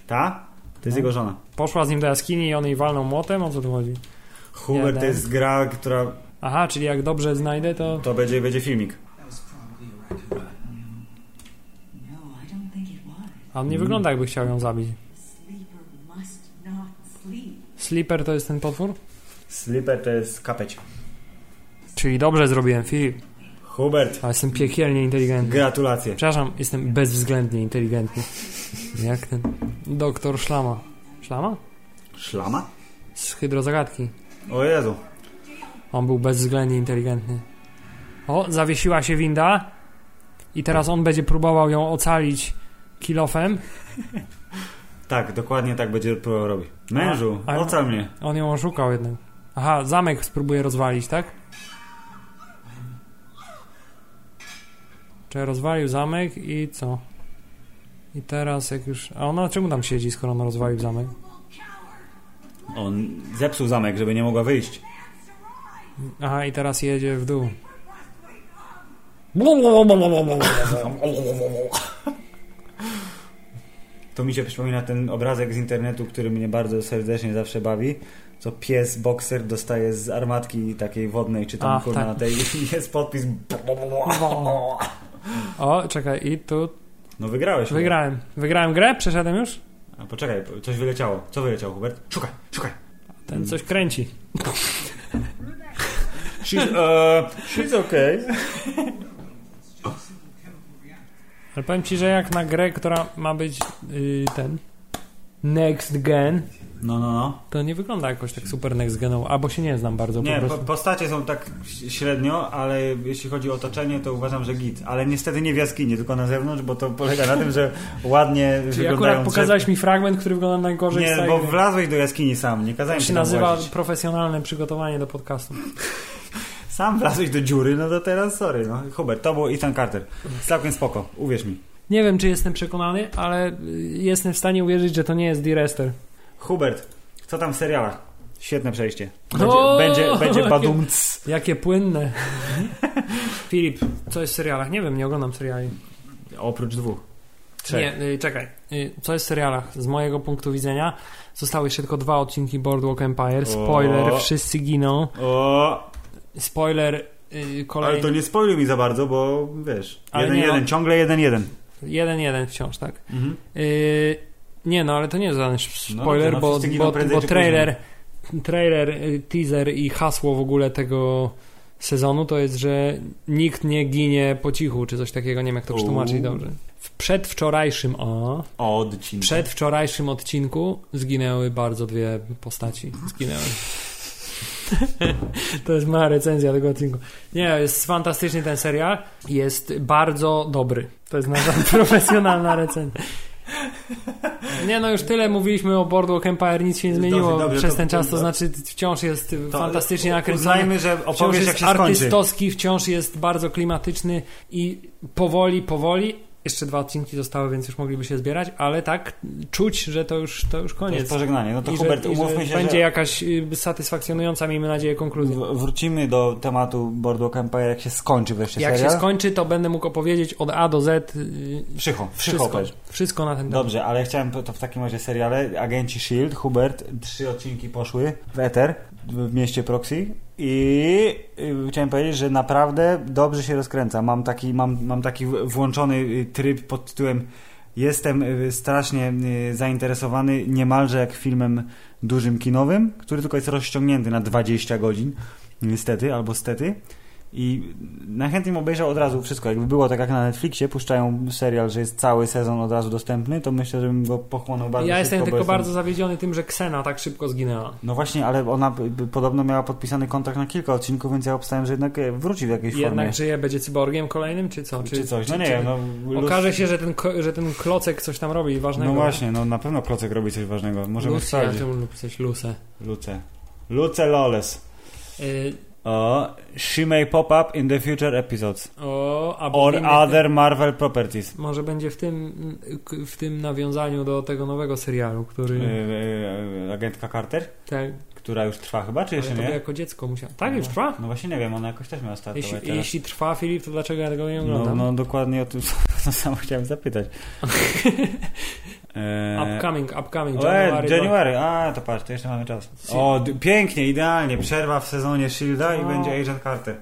[SPEAKER 1] Ta? To jest
[SPEAKER 2] No.
[SPEAKER 1] jego żona.
[SPEAKER 2] Poszła z nim do jaskini i on jej walnął młotem? O co tu chodzi?
[SPEAKER 1] Hubert
[SPEAKER 2] Nie,
[SPEAKER 1] to jest gra, która...
[SPEAKER 2] Aha, czyli jak dobrze znajdę, to...
[SPEAKER 1] To będzie, będzie filmik.
[SPEAKER 3] No, I don't think it was.
[SPEAKER 2] A on
[SPEAKER 1] Mm.
[SPEAKER 2] nie wygląda jakby chciał ją zabić.
[SPEAKER 3] The sleeper must not sleep.
[SPEAKER 2] Sleeper to jest ten potwór?
[SPEAKER 1] Slipper to jest kapeć.
[SPEAKER 2] Czyli dobrze zrobiłem, Filip.
[SPEAKER 1] Hubert,
[SPEAKER 2] A jestem piekielnie inteligentny.
[SPEAKER 1] gratulacje.
[SPEAKER 2] Przepraszam, jestem bezwzględnie inteligentny. Jak ten doktor Szlama. Szlama?
[SPEAKER 1] Szlama?
[SPEAKER 2] Z hydrozagadki.
[SPEAKER 1] O Jezu.
[SPEAKER 2] On był bezwzględnie inteligentny. O, zawiesiła się winda i teraz on będzie próbował ją ocalić kilofem.
[SPEAKER 1] Tak, dokładnie tak będzie próbował robić. Mężu,
[SPEAKER 2] A- a-
[SPEAKER 1] ocal mnie.
[SPEAKER 2] On ją oszukał jednak. Aha, zamek spróbuje rozwalić, tak? Czy rozwalił zamek i co? I teraz jak już... A ona czemu tam siedzi, skoro on rozwalił zamek?
[SPEAKER 1] On zepsuł zamek, żeby nie mogła wyjść.
[SPEAKER 2] Aha, i teraz jedzie w dół.
[SPEAKER 1] To mi się przypomina ten obrazek z internetu, który mnie bardzo serdecznie zawsze bawi. Co pies bokser dostaje z armatki takiej wodnej, czy tam
[SPEAKER 2] Ach,
[SPEAKER 1] kurna
[SPEAKER 2] tak. No.
[SPEAKER 1] tej. i <laughs> Jest podpis.
[SPEAKER 2] O, czekaj, i tu
[SPEAKER 1] No wygrałeś.
[SPEAKER 2] wygrałem. Wygrałem grę? Przeszedłem już?
[SPEAKER 1] Hubert. A poczekaj, coś wyleciało. Co wyleciało, Hubert? Szukaj, szukaj.
[SPEAKER 2] Ten coś kręci.
[SPEAKER 1] She's, uh, she's okay.
[SPEAKER 2] Ale powiem ci, że jak na grę, która ma być yy, ten... Next gen,
[SPEAKER 1] No, no, no.
[SPEAKER 2] To nie wygląda jakoś tak super next genowo, albo się nie znam bardzo po
[SPEAKER 1] Nie, po,
[SPEAKER 2] prostu.
[SPEAKER 1] postacie są tak średnio, ale jeśli chodzi o otoczenie, to uważam, że git. Ale niestety nie w jaskini, tylko na zewnątrz, bo to polega na tym, że ładnie
[SPEAKER 2] Czyli
[SPEAKER 1] wyglądają
[SPEAKER 2] akurat
[SPEAKER 1] drzew-
[SPEAKER 2] pokazałeś mi fragment, który wygląda najgorzej z
[SPEAKER 1] Nie,
[SPEAKER 2] całej
[SPEAKER 1] bo
[SPEAKER 2] gry.
[SPEAKER 1] wlazłeś do jaskini sam, nie kazałem
[SPEAKER 2] To
[SPEAKER 1] ci
[SPEAKER 2] się
[SPEAKER 1] tam
[SPEAKER 2] nazywa
[SPEAKER 1] włazić.
[SPEAKER 2] profesjonalne przygotowanie do podcastu.
[SPEAKER 1] Sam wlazłeś do dziury, no to teraz sorry, no. Hubert, to był Ethan Carter. Całkiem spoko, uwierz mi.
[SPEAKER 2] Nie wiem, czy jestem przekonany, ale y, jestem w stanie uwierzyć, że to nie jest D-Rester.
[SPEAKER 1] Hubert, co tam w serialach? Świetne przejście. Będzie,
[SPEAKER 2] O!
[SPEAKER 1] będzie, będzie
[SPEAKER 2] <laughs>
[SPEAKER 1] badumc.
[SPEAKER 2] Jakie płynne. <laughs> Filip, co jest w serialach? Nie wiem, nie oglądam seriali.
[SPEAKER 1] Oprócz dwóch. Trzech.
[SPEAKER 2] Nie, y, czekaj. Y, co jest w serialach? Z mojego punktu widzenia zostały jeszcze tylko dwa odcinki Boardwalk Empire. Spoiler,
[SPEAKER 1] O.
[SPEAKER 2] wszyscy giną.
[SPEAKER 1] O,
[SPEAKER 2] Spoiler, y, kolejny.
[SPEAKER 1] ale to nie spoiluj mi za bardzo, bo wiesz,
[SPEAKER 2] Ale
[SPEAKER 1] jeden,
[SPEAKER 2] nie, no.
[SPEAKER 1] jeden,
[SPEAKER 2] on-
[SPEAKER 1] ciągle jeden, jeden.
[SPEAKER 2] Jeden, jeden wciąż, tak?
[SPEAKER 1] Mhm.
[SPEAKER 2] Yy, nie, no ale to nie jest żaden
[SPEAKER 1] No,
[SPEAKER 2] spoiler,
[SPEAKER 1] no,
[SPEAKER 2] bo,
[SPEAKER 1] wszyscy giną
[SPEAKER 2] bo,
[SPEAKER 1] prędzej
[SPEAKER 2] bo
[SPEAKER 1] czy
[SPEAKER 2] trailer, trailer, y, teaser i hasło w ogóle tego sezonu to jest, że nikt nie ginie po cichu, czy coś takiego, nie wiem jak to
[SPEAKER 1] Uuu.
[SPEAKER 2] przetłumaczyć dobrze. W przedwczorajszym, o,
[SPEAKER 1] Odcinek.
[SPEAKER 2] przedwczorajszym odcinku zginęły bardzo dwie postaci.
[SPEAKER 1] <laughs>
[SPEAKER 2] Zginęły. to jest mała recenzja tego odcinku. Nie, jest fantastyczny ten serial. Jest bardzo dobry. To
[SPEAKER 1] <laughs>
[SPEAKER 2] jest nasza profesjonalna recenzja. Nie no, już tyle mówiliśmy o Boardwalk Empire, nic się nie
[SPEAKER 1] Dobrze,
[SPEAKER 2] zmieniło
[SPEAKER 1] dobrze,
[SPEAKER 2] przez
[SPEAKER 1] to-
[SPEAKER 2] ten czas,
[SPEAKER 1] to-
[SPEAKER 2] to znaczy wciąż jest
[SPEAKER 1] To
[SPEAKER 2] fantastycznie
[SPEAKER 1] u-
[SPEAKER 2] nakręcony.
[SPEAKER 1] Uznajmy, że
[SPEAKER 2] Wciąż
[SPEAKER 1] opowiesz
[SPEAKER 2] jest
[SPEAKER 1] jak się skończy.
[SPEAKER 2] artystowski, wciąż jest bardzo klimatyczny i powoli, powoli. Jeszcze dwa odcinki zostały, więc już mogliby się zbierać, ale tak czuć, że to już, to już
[SPEAKER 1] To
[SPEAKER 2] koniec.
[SPEAKER 1] jest pożegnanie. No to
[SPEAKER 2] I że-
[SPEAKER 1] Hubert,
[SPEAKER 2] i że
[SPEAKER 1] umówmy się,
[SPEAKER 2] Będzie
[SPEAKER 1] że
[SPEAKER 2] jakaś y, satysfakcjonująca, miejmy nadzieję, konkluzja.
[SPEAKER 1] w- wrócimy do tematu Boardwalk Empire, jak się skończy wreszcie
[SPEAKER 2] Jak się
[SPEAKER 1] serial.
[SPEAKER 2] skończy, to będę mógł opowiedzieć od A do Z y,
[SPEAKER 1] Przycho, przycho.
[SPEAKER 2] wszystko,
[SPEAKER 1] powiedz.
[SPEAKER 2] wszystko na ten temat.
[SPEAKER 1] Dobrze, ale chciałem to w takim razie seriale. Agenci S.H.I.E.L.D., E Hubert, trzy odcinki poszły w Ether, w mieście Proxy i y, chciałem powiedzieć, że naprawdę dobrze się rozkręca. Mam taki, mam, mam taki w- włączony y, tryb pod tytułem Jestem y, strasznie y, zainteresowany niemalże jak filmem dużym kinowym, który tylko jest rozciągnięty na 20 godzin, niestety albo stety. I najchętniej bym obejrzał od razu wszystko. Jakby było tak jak na Netflixie, puszczają serial, że jest cały sezon od razu dostępny, to myślę, żebym go pochłonął bardzo
[SPEAKER 2] ja
[SPEAKER 1] szybko.
[SPEAKER 2] jestem
[SPEAKER 1] bo
[SPEAKER 2] tylko bardzo zawiedziony tym, że Ksena tak szybko zginęła.
[SPEAKER 1] No właśnie, ale ona p- p- podobno miała podpisany kontrakt na kilka odcinków, więc ja obstałem, że jednak e, wróci w jakiejś
[SPEAKER 2] Jednak
[SPEAKER 1] formie.
[SPEAKER 2] żyje, będzie cyborgiem kolejnym, czy co?
[SPEAKER 1] Czy, coś, no nie
[SPEAKER 2] czy-
[SPEAKER 1] wiem. No, luz-
[SPEAKER 2] Okaże się, że ten, ko- że ten klocek coś tam robi ważnego.
[SPEAKER 1] No właśnie, no na pewno Klocek robi coś ważnego. Możemy
[SPEAKER 2] Lucy, ja
[SPEAKER 1] sprawdzić.
[SPEAKER 2] czemu lub coś Luce.
[SPEAKER 1] Luce. Luce Loles.
[SPEAKER 2] Y,
[SPEAKER 1] O, she may pop up in the future episodes.
[SPEAKER 2] o, a
[SPEAKER 1] Or
[SPEAKER 2] powinny-
[SPEAKER 1] other Marvel properties.
[SPEAKER 2] Może będzie w tym, k- w tym nawiązaniu do tego nowego serialu, który...
[SPEAKER 1] Y, y, y, agentka Carter,
[SPEAKER 2] tak,
[SPEAKER 1] która już trwa chyba, czy
[SPEAKER 2] ale
[SPEAKER 1] jeszcze
[SPEAKER 2] to
[SPEAKER 1] nie?
[SPEAKER 2] by jako dziecko musiał. Tak,
[SPEAKER 1] No
[SPEAKER 2] już
[SPEAKER 1] wa-
[SPEAKER 2] trwa?
[SPEAKER 1] No właśnie nie wiem, ona jakoś też miała startować
[SPEAKER 2] Jeśli,
[SPEAKER 1] teraz.
[SPEAKER 2] jeśli trwa Filip, to dlaczego ja tego nie
[SPEAKER 1] no,
[SPEAKER 2] oglądam? <laughs>
[SPEAKER 1] no dokładnie o tym <laughs> to samo chciałem zapytać. Eee,
[SPEAKER 2] Upcoming, upcoming,
[SPEAKER 1] January,
[SPEAKER 2] January.
[SPEAKER 1] January, a to patrz, to jeszcze mamy czas. O, d- pięknie, idealnie, przerwa w sezonie Shielda i
[SPEAKER 2] No.
[SPEAKER 1] będzie Agent Carter.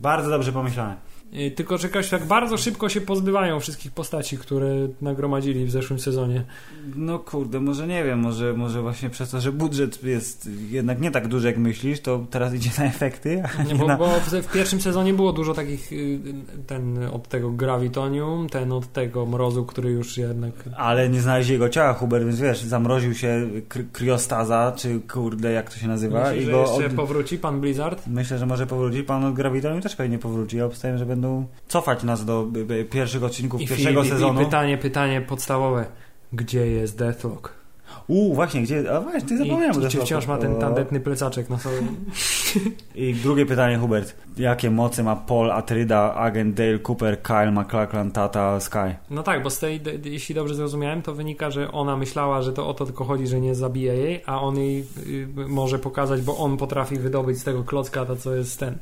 [SPEAKER 1] Bardzo dobrze pomyślane.
[SPEAKER 2] I tylko, że jakoś tak bardzo szybko się pozbywają wszystkich postaci, które nagromadzili w zeszłym sezonie.
[SPEAKER 1] No kurde, może nie wiem, może, może właśnie przez to, że budżet jest jednak nie tak duży jak myślisz, to teraz idzie na efekty, a nie, <laughs>
[SPEAKER 2] Bo,
[SPEAKER 1] na...
[SPEAKER 2] bo w, w pierwszym sezonie było dużo takich, y, ten od tego Gravitonium, ten od tego Mrozu, który już jednak...
[SPEAKER 1] Ale nie znaleźli jego ciała, Hubert, więc wiesz, zamroził się kry- kriostaza, czy kurde, jak to się nazywa.
[SPEAKER 2] Myślę, że
[SPEAKER 1] go
[SPEAKER 2] jeszcze
[SPEAKER 1] od-
[SPEAKER 2] powróci pan Blizzard.
[SPEAKER 1] Myślę, że może powróci. Pan od Gravitonium też pewnie powróci. Ja obstawiam, że będą cofać nas do y, y, pierwszych odcinków
[SPEAKER 2] I,
[SPEAKER 1] pierwszego
[SPEAKER 2] i,
[SPEAKER 1] sezonu.
[SPEAKER 2] I pytanie, pytanie podstawowe. Gdzie jest Deathlock?
[SPEAKER 1] U, właśnie, gdzie. A właśnie, ty zapomniałem.
[SPEAKER 2] I,
[SPEAKER 1] że
[SPEAKER 2] i czy wciąż ma ten
[SPEAKER 1] o.
[SPEAKER 2] tandetny plecaczek no na sobie?
[SPEAKER 1] I drugie pytanie, Hubert. Jakie moce ma Paul Atryda, agent Dale Cooper, Kyle MacLachlan, Tata Sky?
[SPEAKER 2] No tak, bo z tej, de- de- jeśli dobrze zrozumiałem, to wynika, że ona myślała, że to o to tylko chodzi, że nie zabije jej, a on jej y, może pokazać, bo on potrafi wydobyć z tego klocka to, co jest ten.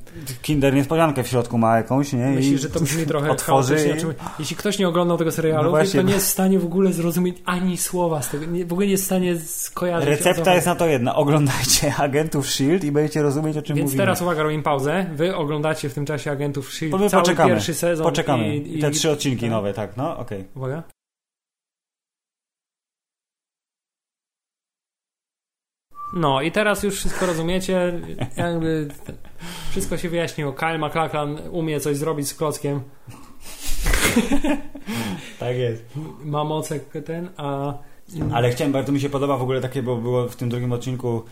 [SPEAKER 1] Kinder niespodziankę w środku ma jakąś, nie? I-
[SPEAKER 2] Myślisz, że to brzmi trochę
[SPEAKER 1] otworzy
[SPEAKER 2] chaotycznie.
[SPEAKER 1] i-
[SPEAKER 2] Znaczy, jeśli ktoś nie oglądał tego serialu,
[SPEAKER 1] No właśnie.
[SPEAKER 2] to nie jest w stanie w ogóle zrozumieć ani słowa z tego. Nie, w ogóle nie jest w stanie skojarzyć. o co
[SPEAKER 1] Recepta
[SPEAKER 2] chodzi.
[SPEAKER 1] jest na to jedna. Oglądajcie <laughs> agentów Shield i będziecie rozumieć, o czym
[SPEAKER 2] Więc
[SPEAKER 1] mówimy.
[SPEAKER 2] teraz uwaga, robimy pauzę. Wy oglądacie w tym czasie Agentów Shield
[SPEAKER 1] To my
[SPEAKER 2] cały
[SPEAKER 1] poczekamy.
[SPEAKER 2] pierwszy sezon.
[SPEAKER 1] Poczekamy.
[SPEAKER 2] I,
[SPEAKER 1] I te trzy odcinki nowe, tak, no okej.
[SPEAKER 2] Uwaga. No i teraz już
[SPEAKER 1] <laughs>
[SPEAKER 2] wszystko rozumiecie. Jakby wszystko się wyjaśniło. Kyle McLachlan umie coś zrobić z klockiem.
[SPEAKER 1] Tak jest.
[SPEAKER 2] Ma moce ten, a... Mm.
[SPEAKER 1] Ale chciałem, bardzo mi się podoba w ogóle takie, bo było w tym drugim odcinku,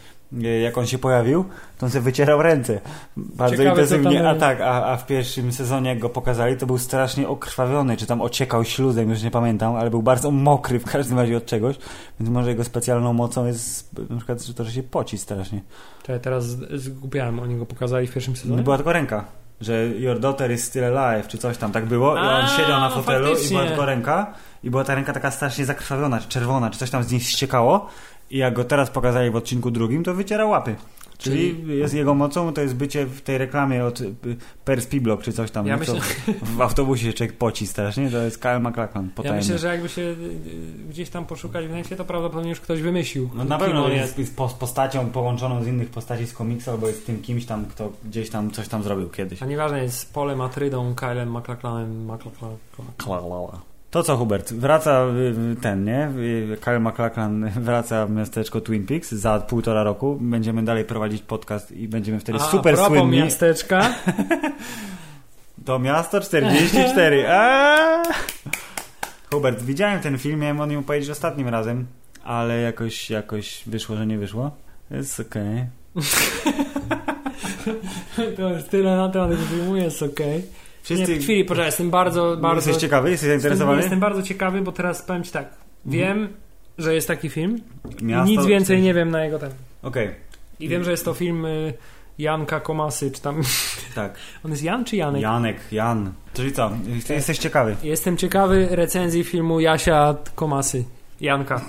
[SPEAKER 1] e, jak on się pojawił, to on sobie wycierał ręce. Bardzo
[SPEAKER 2] Ciekawe, co
[SPEAKER 1] intensywnie.
[SPEAKER 2] tam-
[SPEAKER 1] A tak, a, a w pierwszym sezonie, jak go pokazali, to był strasznie okrwawiony, czy tam ociekał śluzem, już nie pamiętam, ale był bardzo mokry w każdym razie od czegoś, więc może jego specjalną mocą jest na przykład że to, że się poci strasznie.
[SPEAKER 2] Czekaj, teraz z- zgubiałem. Oni go pokazali w pierwszym sezonie.
[SPEAKER 1] No była tylko ręka, że your daughter is still alive, czy coś tam, tak było. I on
[SPEAKER 2] A,
[SPEAKER 1] siedział na
[SPEAKER 2] no
[SPEAKER 1] fotelu i
[SPEAKER 2] faktycznie.
[SPEAKER 1] była tylko ręka. I była ta ręka taka strasznie zakrwawiona, czy czerwona, czy coś tam z niej ściekało. I jak go teraz pokazali w odcinku drugim, to wyciera łapy. Czyli, jest jego mocą, to jest bycie w tej reklamie od y, Perspiblock czy coś tam.
[SPEAKER 2] Ja
[SPEAKER 1] nie? Co W autobusie człowiek poci strasznie, to jest Kyle McLachlan
[SPEAKER 2] Ja
[SPEAKER 1] potajemny.
[SPEAKER 2] myślę, że jakby się y, gdzieś tam poszukać w necie, to prawdopodobnie już ktoś wymyślił.
[SPEAKER 1] No na
[SPEAKER 2] kim
[SPEAKER 1] pewno
[SPEAKER 2] on
[SPEAKER 1] jest, jest po- postacią połączoną z innych postaci z komiksu, albo jest tym kimś tam, kto gdzieś tam coś tam zrobił kiedyś.
[SPEAKER 2] A nieważne jest z Polem Atrydą, Kylem McLachlanem, McLachlanem.
[SPEAKER 1] To co, Hubert? Wraca y, y, ten, nie? Y, Kyle McLachlan wraca w miasteczko Twin Peaks za półtora roku. Będziemy dalej prowadzić podcast i będziemy wtedy super
[SPEAKER 2] propos
[SPEAKER 1] słynni.
[SPEAKER 2] miasteczka,
[SPEAKER 1] To miasto
[SPEAKER 2] <laughs>
[SPEAKER 1] 44. Aaa! Hubert, widziałem ten film, miałem o nim powiedzieć ostatnim razem, ale jakoś, jakoś wyszło, że nie wyszło. Jest okej.
[SPEAKER 2] <laughs> to jest tyle na temat tego filmu, jest okej.
[SPEAKER 1] Wszyscy...
[SPEAKER 2] Nie, w chwili, poczekaj, jestem bardzo, bardzo...
[SPEAKER 1] Jesteś ciekawy? Jesteś zainteresowany?
[SPEAKER 2] Jestem bardzo ciekawy, bo teraz powiem Ci tak. Wiem, że jest taki film,
[SPEAKER 1] Mhm. Miasto
[SPEAKER 2] nic więcej
[SPEAKER 1] 40.
[SPEAKER 2] nie wiem na jego ten.
[SPEAKER 1] Okej,
[SPEAKER 2] I wiem, że jest to film y, Janka Komasy, czy tam...
[SPEAKER 1] tak.
[SPEAKER 2] <laughs> On jest Jan czy Janek?
[SPEAKER 1] Janek, Jan. Czyli co? Jesteś ciekawy.
[SPEAKER 2] Jestem ciekawy recenzji filmu Jasia Komasy. Janka.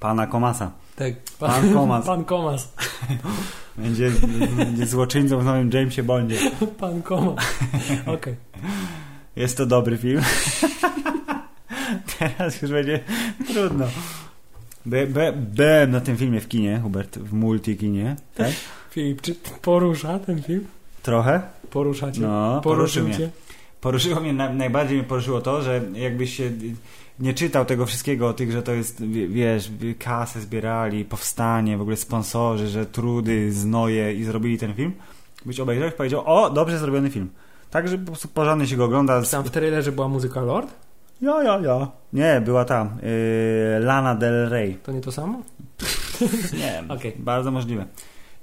[SPEAKER 1] Pana Komasa.
[SPEAKER 2] Tak.
[SPEAKER 1] Pan Komas.
[SPEAKER 2] <laughs> Pan Komas.
[SPEAKER 1] Będzie, będzie złoczyńcą w nowym Jamesie Bondzie.
[SPEAKER 2] Pan Komas.
[SPEAKER 1] <laughs>
[SPEAKER 2] Okej.
[SPEAKER 1] Jest to dobry film. <laughs> Teraz już będzie trudno. By, by, byłem na tym filmie w kinie, Hubert, w multikinie, tak?
[SPEAKER 2] Filip, czy porusza ten film?
[SPEAKER 1] Trochę?
[SPEAKER 2] Porusza cię?
[SPEAKER 1] No,
[SPEAKER 2] Znaczy, Poruszył
[SPEAKER 1] poruszył mnie.
[SPEAKER 2] cię?
[SPEAKER 1] Poruszyło mnie, na, najbardziej mnie poruszyło to, że jakbyś się nie czytał tego wszystkiego o tych, że to jest, wie- wiesz, kasę zbierali, powstanie, w ogóle sponsorzy, że trudy, znoje i zrobili ten film, byś obejrzał i powiedział, o, dobrze zrobiony film. Także po prostu porządnie się go ogląda. Z...
[SPEAKER 2] Tam w trailerze była muzyka Lord?
[SPEAKER 1] Ja, ja, ja. Nie, była ta, yy, Lana Del Rey.
[SPEAKER 2] To nie to samo?
[SPEAKER 1] Nie,
[SPEAKER 2] Okej.
[SPEAKER 1] bardzo możliwe.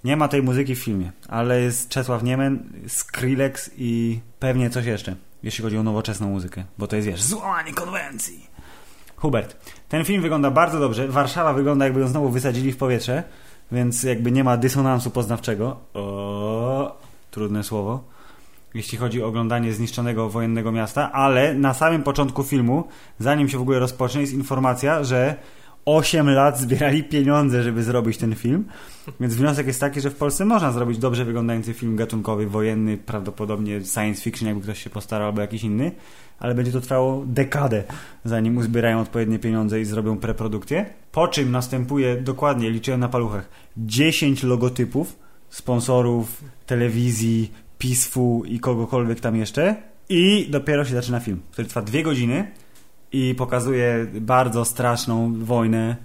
[SPEAKER 1] Nie ma tej muzyki w filmie, ale jest Czesław Niemen, Skrillex i pewnie coś jeszcze, jeśli chodzi o nowoczesną muzykę, bo to jest, wiesz, złamanie konwencji. Hubert, ten film wygląda bardzo dobrze, Warszawa wygląda jakby ją znowu wysadzili w powietrze, więc jakby nie ma dysonansu poznawczego. O, trudne słowo. Jeśli chodzi o oglądanie zniszczonego wojennego miasta, ale na samym początku filmu, zanim się w ogóle rozpocznie, jest informacja, że 8 lat zbierali pieniądze, żeby zrobić ten film. Więc wniosek jest taki, że w Polsce można zrobić dobrze wyglądający film gatunkowy, wojenny, prawdopodobnie science fiction, jakby ktoś się postarał, albo jakiś inny, ale będzie to trwało dekadę, zanim uzbierają odpowiednie pieniądze i zrobią preprodukcję. Po czym następuje, dokładnie liczyłem na paluchach, 10 logotypów sponsorów, telewizji, Peaceful i kogokolwiek tam jeszcze. I dopiero się zaczyna film, który trwa dwie godziny i pokazuje bardzo straszną wojnę.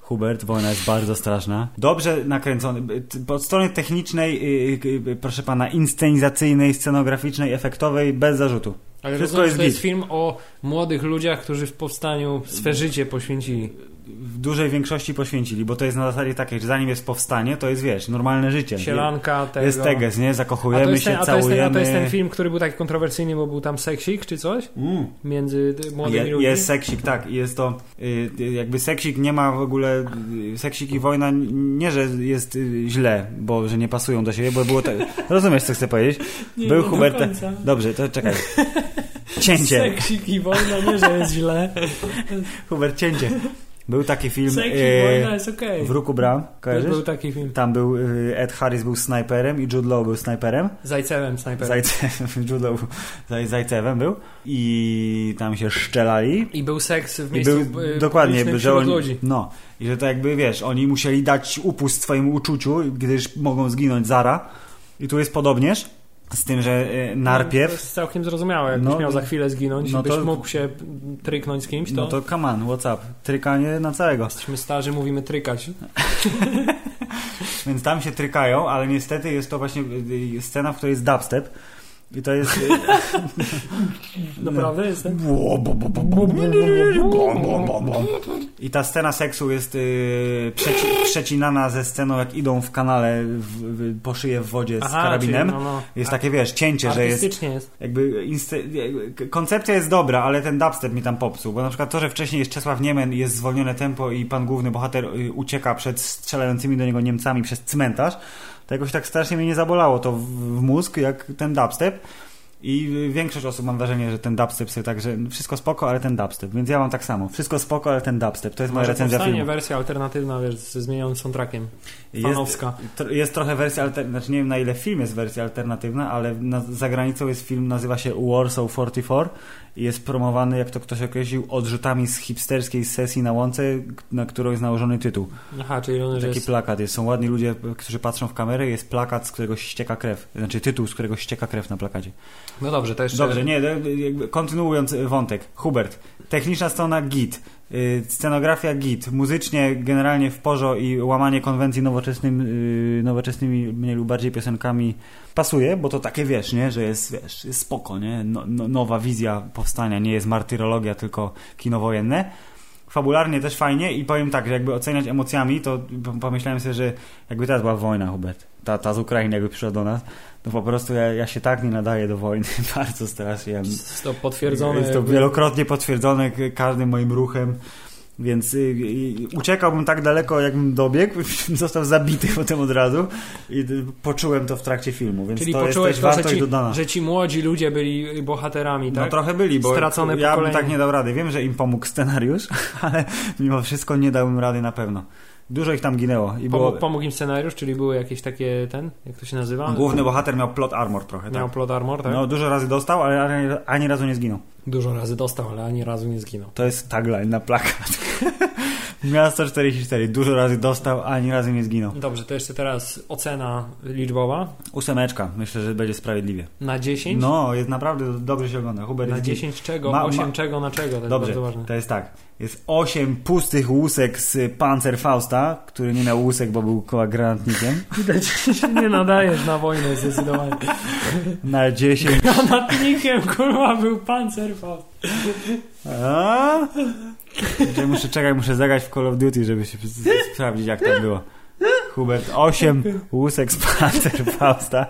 [SPEAKER 1] Hubert, wojna jest bardzo straszna. Dobrze nakręcony. b- t- Od strony technicznej, y, y, y, proszę pana, inscenizacyjnej, scenograficznej, efektowej, bez zarzutu.
[SPEAKER 2] Ale
[SPEAKER 1] Wszystko
[SPEAKER 2] rozumiem,
[SPEAKER 1] jest
[SPEAKER 2] że to jest
[SPEAKER 1] git.
[SPEAKER 2] film o młodych ludziach, którzy w powstaniu swe życie poświęcili.
[SPEAKER 1] W dużej większości poświęcili, bo to jest na zasadzie takiej, że zanim jest powstanie, to jest, wiesz, normalne życie.
[SPEAKER 2] Sielanka, tego.
[SPEAKER 1] Jest teges, nie?
[SPEAKER 2] A to
[SPEAKER 1] Zakochujemy
[SPEAKER 2] jest,
[SPEAKER 1] się,
[SPEAKER 2] ten, a, to jest ten,
[SPEAKER 1] całujemy.
[SPEAKER 2] a to jest ten film, który był taki kontrowersyjny, bo był tam seksik czy coś?
[SPEAKER 1] Mm.
[SPEAKER 2] Między ty- młodymi
[SPEAKER 1] Je,
[SPEAKER 2] ludźmi?
[SPEAKER 1] jest seksik, tak. i Jest to y, y, jakby seksik nie ma w ogóle. Y, seksik i wojna n- nie, że jest y, źle, bo że nie pasują do siebie, bo
[SPEAKER 2] <laughs>
[SPEAKER 1] było tak. Rozumiesz, co chcę powiedzieć?
[SPEAKER 2] Nie,
[SPEAKER 1] Był
[SPEAKER 2] nie do
[SPEAKER 1] Hubert. <laughs>
[SPEAKER 2] końca.
[SPEAKER 1] Dobrze, to czekaj. Cięcie.
[SPEAKER 2] Seksik i wojna, nie, że jest źle.
[SPEAKER 1] <laughs> Hubert, cięcie. Był taki film.
[SPEAKER 2] Seksik, wojna
[SPEAKER 1] Y,
[SPEAKER 2] jest okej.
[SPEAKER 1] w ruku bram,
[SPEAKER 2] To
[SPEAKER 1] kojarzysz?
[SPEAKER 2] był taki film.
[SPEAKER 1] Tam był y, Ed Harris był snajperem i Jude Law był snajperem.
[SPEAKER 2] Zajcewem snajperem.
[SPEAKER 1] Zajcewem, <laughs> Jude Law zaj, zajcewem był. I tam się szczelali.
[SPEAKER 2] I był seks w
[SPEAKER 1] I
[SPEAKER 2] miejscu
[SPEAKER 1] był-
[SPEAKER 2] e,
[SPEAKER 1] dokładnie,
[SPEAKER 2] publicznym
[SPEAKER 1] że
[SPEAKER 2] wśród
[SPEAKER 1] oni,
[SPEAKER 2] ludzi.
[SPEAKER 1] no i że to jakby wiesz, oni musieli dać upust swojemu uczuciu, gdyż mogą zginąć zara. I tu jest podobnież, z tym, że e,
[SPEAKER 2] No, To
[SPEAKER 1] najpierw,
[SPEAKER 2] jest całkiem zrozumiałe. Jakbyś
[SPEAKER 1] No,
[SPEAKER 2] miał za chwilę zginąć,
[SPEAKER 1] no
[SPEAKER 2] no byś
[SPEAKER 1] to-
[SPEAKER 2] mógł się tryknąć z kimś, to,
[SPEAKER 1] no to come on, what's up, trykanie na całego.
[SPEAKER 2] jesteśmy starzy, mówimy trykać.
[SPEAKER 1] Więc tam się trykają, ale niestety jest to właśnie e, e, scena, w której jest dubstep. I to jest... <laughs> No.
[SPEAKER 2] Naprawdę jestem?
[SPEAKER 1] I ta scena seksu jest y, przeci przecinana ze sceną, jak idą w kanale w, w, po szyję w wodzie z karabinem.
[SPEAKER 2] czyli, no, no,
[SPEAKER 1] Jest takie, wiesz, cięcie, że jest
[SPEAKER 2] Artystycznie jest.
[SPEAKER 1] jakby... inste- jakby Koncepcja jest dobra, ale ten dubstep mi tam popsuł, bo na przykład to, że wcześniej jest Czesław Niemen i jest zwolnione tempo i pan główny bohater y, ucieka przed strzelającymi do niego Niemcami przez cmentarz, to jakoś tak strasznie mnie nie zabolało to w, w mózg, jak ten dubstep. I większość osób mam wrażenie, że ten dubstep sobie tak, że wszystko spoko, ale ten dubstep. Więc ja mam tak samo. Wszystko spoko, ale ten dubstep. To jest moja
[SPEAKER 2] Może
[SPEAKER 1] recenzja
[SPEAKER 2] powstanie
[SPEAKER 1] filmu.
[SPEAKER 2] wersja alternatywna, wiesz, ze zmienionym soundtrackiem.
[SPEAKER 1] Jest,
[SPEAKER 2] Fanowska.
[SPEAKER 1] tro- jest trochę wersja alternatywna, znaczy nie wiem na ile film jest wersja alternatywna, ale na, za granicą jest film, nazywa się Warsaw 44 i jest promowany, jak to ktoś określił, odrzutami z hipsterskiej sesji na łące, k- na którą jest nałożony tytuł.
[SPEAKER 2] Aha, czyli on
[SPEAKER 1] Taki
[SPEAKER 2] jest...
[SPEAKER 1] plakat jest. Są ładni ludzie, p- którzy patrzą w kamerę jest plakat, z którego ścieka krew. Znaczy tytuł, z którego ścieka krew na plakacie.
[SPEAKER 2] No dobrze, to jeszcze...
[SPEAKER 1] Dobrze, nie, no, jakby kontynuując y, wątek. Hubert, techniczna strona git, y, scenografia git, muzycznie generalnie w porzo i łamanie konwencji nowoczesnym, y, nowoczesnymi mniej lub bardziej piosenkami pasuje, bo to takie wiesz, nie, że jest, wiesz, jest spoko, nie? No, no, nowa wizja powstania, nie jest martyrologia, tylko kino wojenne. Fabularnie też fajnie i powiem tak, że jakby oceniać emocjami, to p- pomyślałem sobie, że jakby teraz była wojna, Hubert, ta, ta z Ukrainy jakby przyszła do nas, to po prostu ja, ja się tak nie nadaję do wojny, <laughs> bardzo strasznie. Ja-
[SPEAKER 2] Jest to potwierdzone.
[SPEAKER 1] Jest to
[SPEAKER 2] jakby-
[SPEAKER 1] wielokrotnie potwierdzone k- każdym moim ruchem. Więc y, y, uciekałbym tak daleko, jakbym dobiegł, <laughs> został zabity potem od razu i y, poczułem to w trakcie filmu, więc
[SPEAKER 2] Czyli
[SPEAKER 1] to jest
[SPEAKER 2] poczułeś
[SPEAKER 1] też
[SPEAKER 2] to, że
[SPEAKER 1] wartość
[SPEAKER 2] ci,
[SPEAKER 1] dodana.
[SPEAKER 2] że ci młodzi ludzie byli bohaterami,
[SPEAKER 1] No
[SPEAKER 2] tak?
[SPEAKER 1] trochę byli, bo
[SPEAKER 2] Stracone
[SPEAKER 1] ja bym
[SPEAKER 2] pokolenie.
[SPEAKER 1] tak nie dał rady. Wiem, że im pomógł scenariusz, <laughs> ale mimo wszystko nie dałbym rady na pewno. Dużo ich tam ginęło i było...
[SPEAKER 2] Pomógł, pomógł im scenariusz, czyli były jakieś takie, ten, jak to się nazywa?
[SPEAKER 1] Główny bohater miał plot armor trochę,
[SPEAKER 2] Miał
[SPEAKER 1] tak.
[SPEAKER 2] plot armor, tak?
[SPEAKER 1] No dużo razy dostał, ale ani, ani razu nie zginął.
[SPEAKER 2] Dużo razy dostał, ale ani razu nie zginął.
[SPEAKER 1] To jest tagline na plakat. <laughs> Miasto 44. Dużo razy dostał, a ani razu nie zginął.
[SPEAKER 2] Dobrze, to jeszcze teraz ocena liczbowa
[SPEAKER 1] Ósemeczka. Myślę, że będzie sprawiedliwie.
[SPEAKER 2] na 10.
[SPEAKER 1] No, jest naprawdę dobrze się ogląda. Hubert
[SPEAKER 2] na
[SPEAKER 1] jest
[SPEAKER 2] 10 czego,
[SPEAKER 1] Ma- ma-
[SPEAKER 2] 8 czego, na czego, to jest
[SPEAKER 1] Dobrze,
[SPEAKER 2] bardzo ważne.
[SPEAKER 1] to jest tak. Jest 8 pustych łusek z Panzerfausta, który nie miał łusek, bo był koła granatnikiem.
[SPEAKER 2] Widać, się <laughs> nie nadajesz na wojnę zdecydowanie. <laughs>
[SPEAKER 1] Na 10.
[SPEAKER 2] Granatnikiem, kurwa, był pancerfaust.
[SPEAKER 1] A? Że muszę czekać, muszę zagrać w Call of Duty, żeby się s- sprawdzić, jak to było. Hubert, 8 łusek z Panther <laughs> Fausta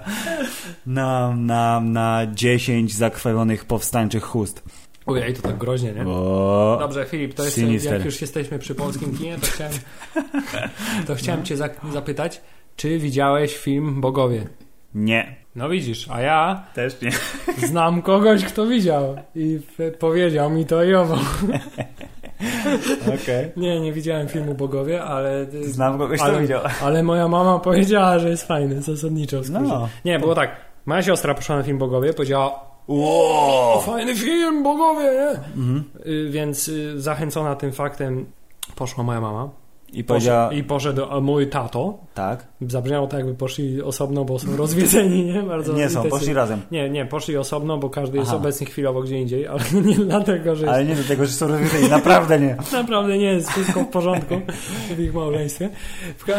[SPEAKER 1] na, na, na 10 zakrwawionych powstańczych chust.
[SPEAKER 2] Ojej, to tak groźnie, nie?
[SPEAKER 1] O,
[SPEAKER 2] Dobrze, Filip, to jest,
[SPEAKER 1] Sinister.
[SPEAKER 2] jak już jesteśmy przy polskim kinie, to chciałem, to chciałem cię za- zapytać, czy widziałeś film Bogowie?
[SPEAKER 1] nie,
[SPEAKER 2] No widzisz, a ja
[SPEAKER 1] też nie.
[SPEAKER 2] znam kogoś, kto widział i p- powiedział mi to i owo.
[SPEAKER 1] Okej.
[SPEAKER 2] Nie, nie widziałem filmu Bogowie, ale,
[SPEAKER 1] Znam kogoś, kto
[SPEAKER 2] Ale-
[SPEAKER 1] widział.
[SPEAKER 2] ale moja mama powiedziała, że jest fajny, zasadniczo. No.
[SPEAKER 1] No.
[SPEAKER 2] Nie, było tak, moja siostra poszła na film Bogowie, powiedziała o, fajny film, Bogowie, nie?
[SPEAKER 1] Mhm.
[SPEAKER 2] Y, Więc y, zachęcona tym faktem poszła moja mama
[SPEAKER 1] I
[SPEAKER 2] poszła,
[SPEAKER 1] powiedziała,
[SPEAKER 2] i poszedł a mój tato,
[SPEAKER 1] tak,
[SPEAKER 2] Zabrzmiało tak, jakby poszli osobno, bo są rozwiedzeni, nie? Bardzo
[SPEAKER 1] Nie są,
[SPEAKER 2] intensywnie.
[SPEAKER 1] poszli razem.
[SPEAKER 2] Nie, nie, poszli osobno, bo każdy jest
[SPEAKER 1] Aha.
[SPEAKER 2] obecny chwilowo gdzie indziej, ale <laughs> nie dlatego, że jest
[SPEAKER 1] Ale nie do tego, że są rozwiązani, naprawdę nie.
[SPEAKER 2] Naprawdę nie jest wszystko w porządku w ich małżeństwie. W ka-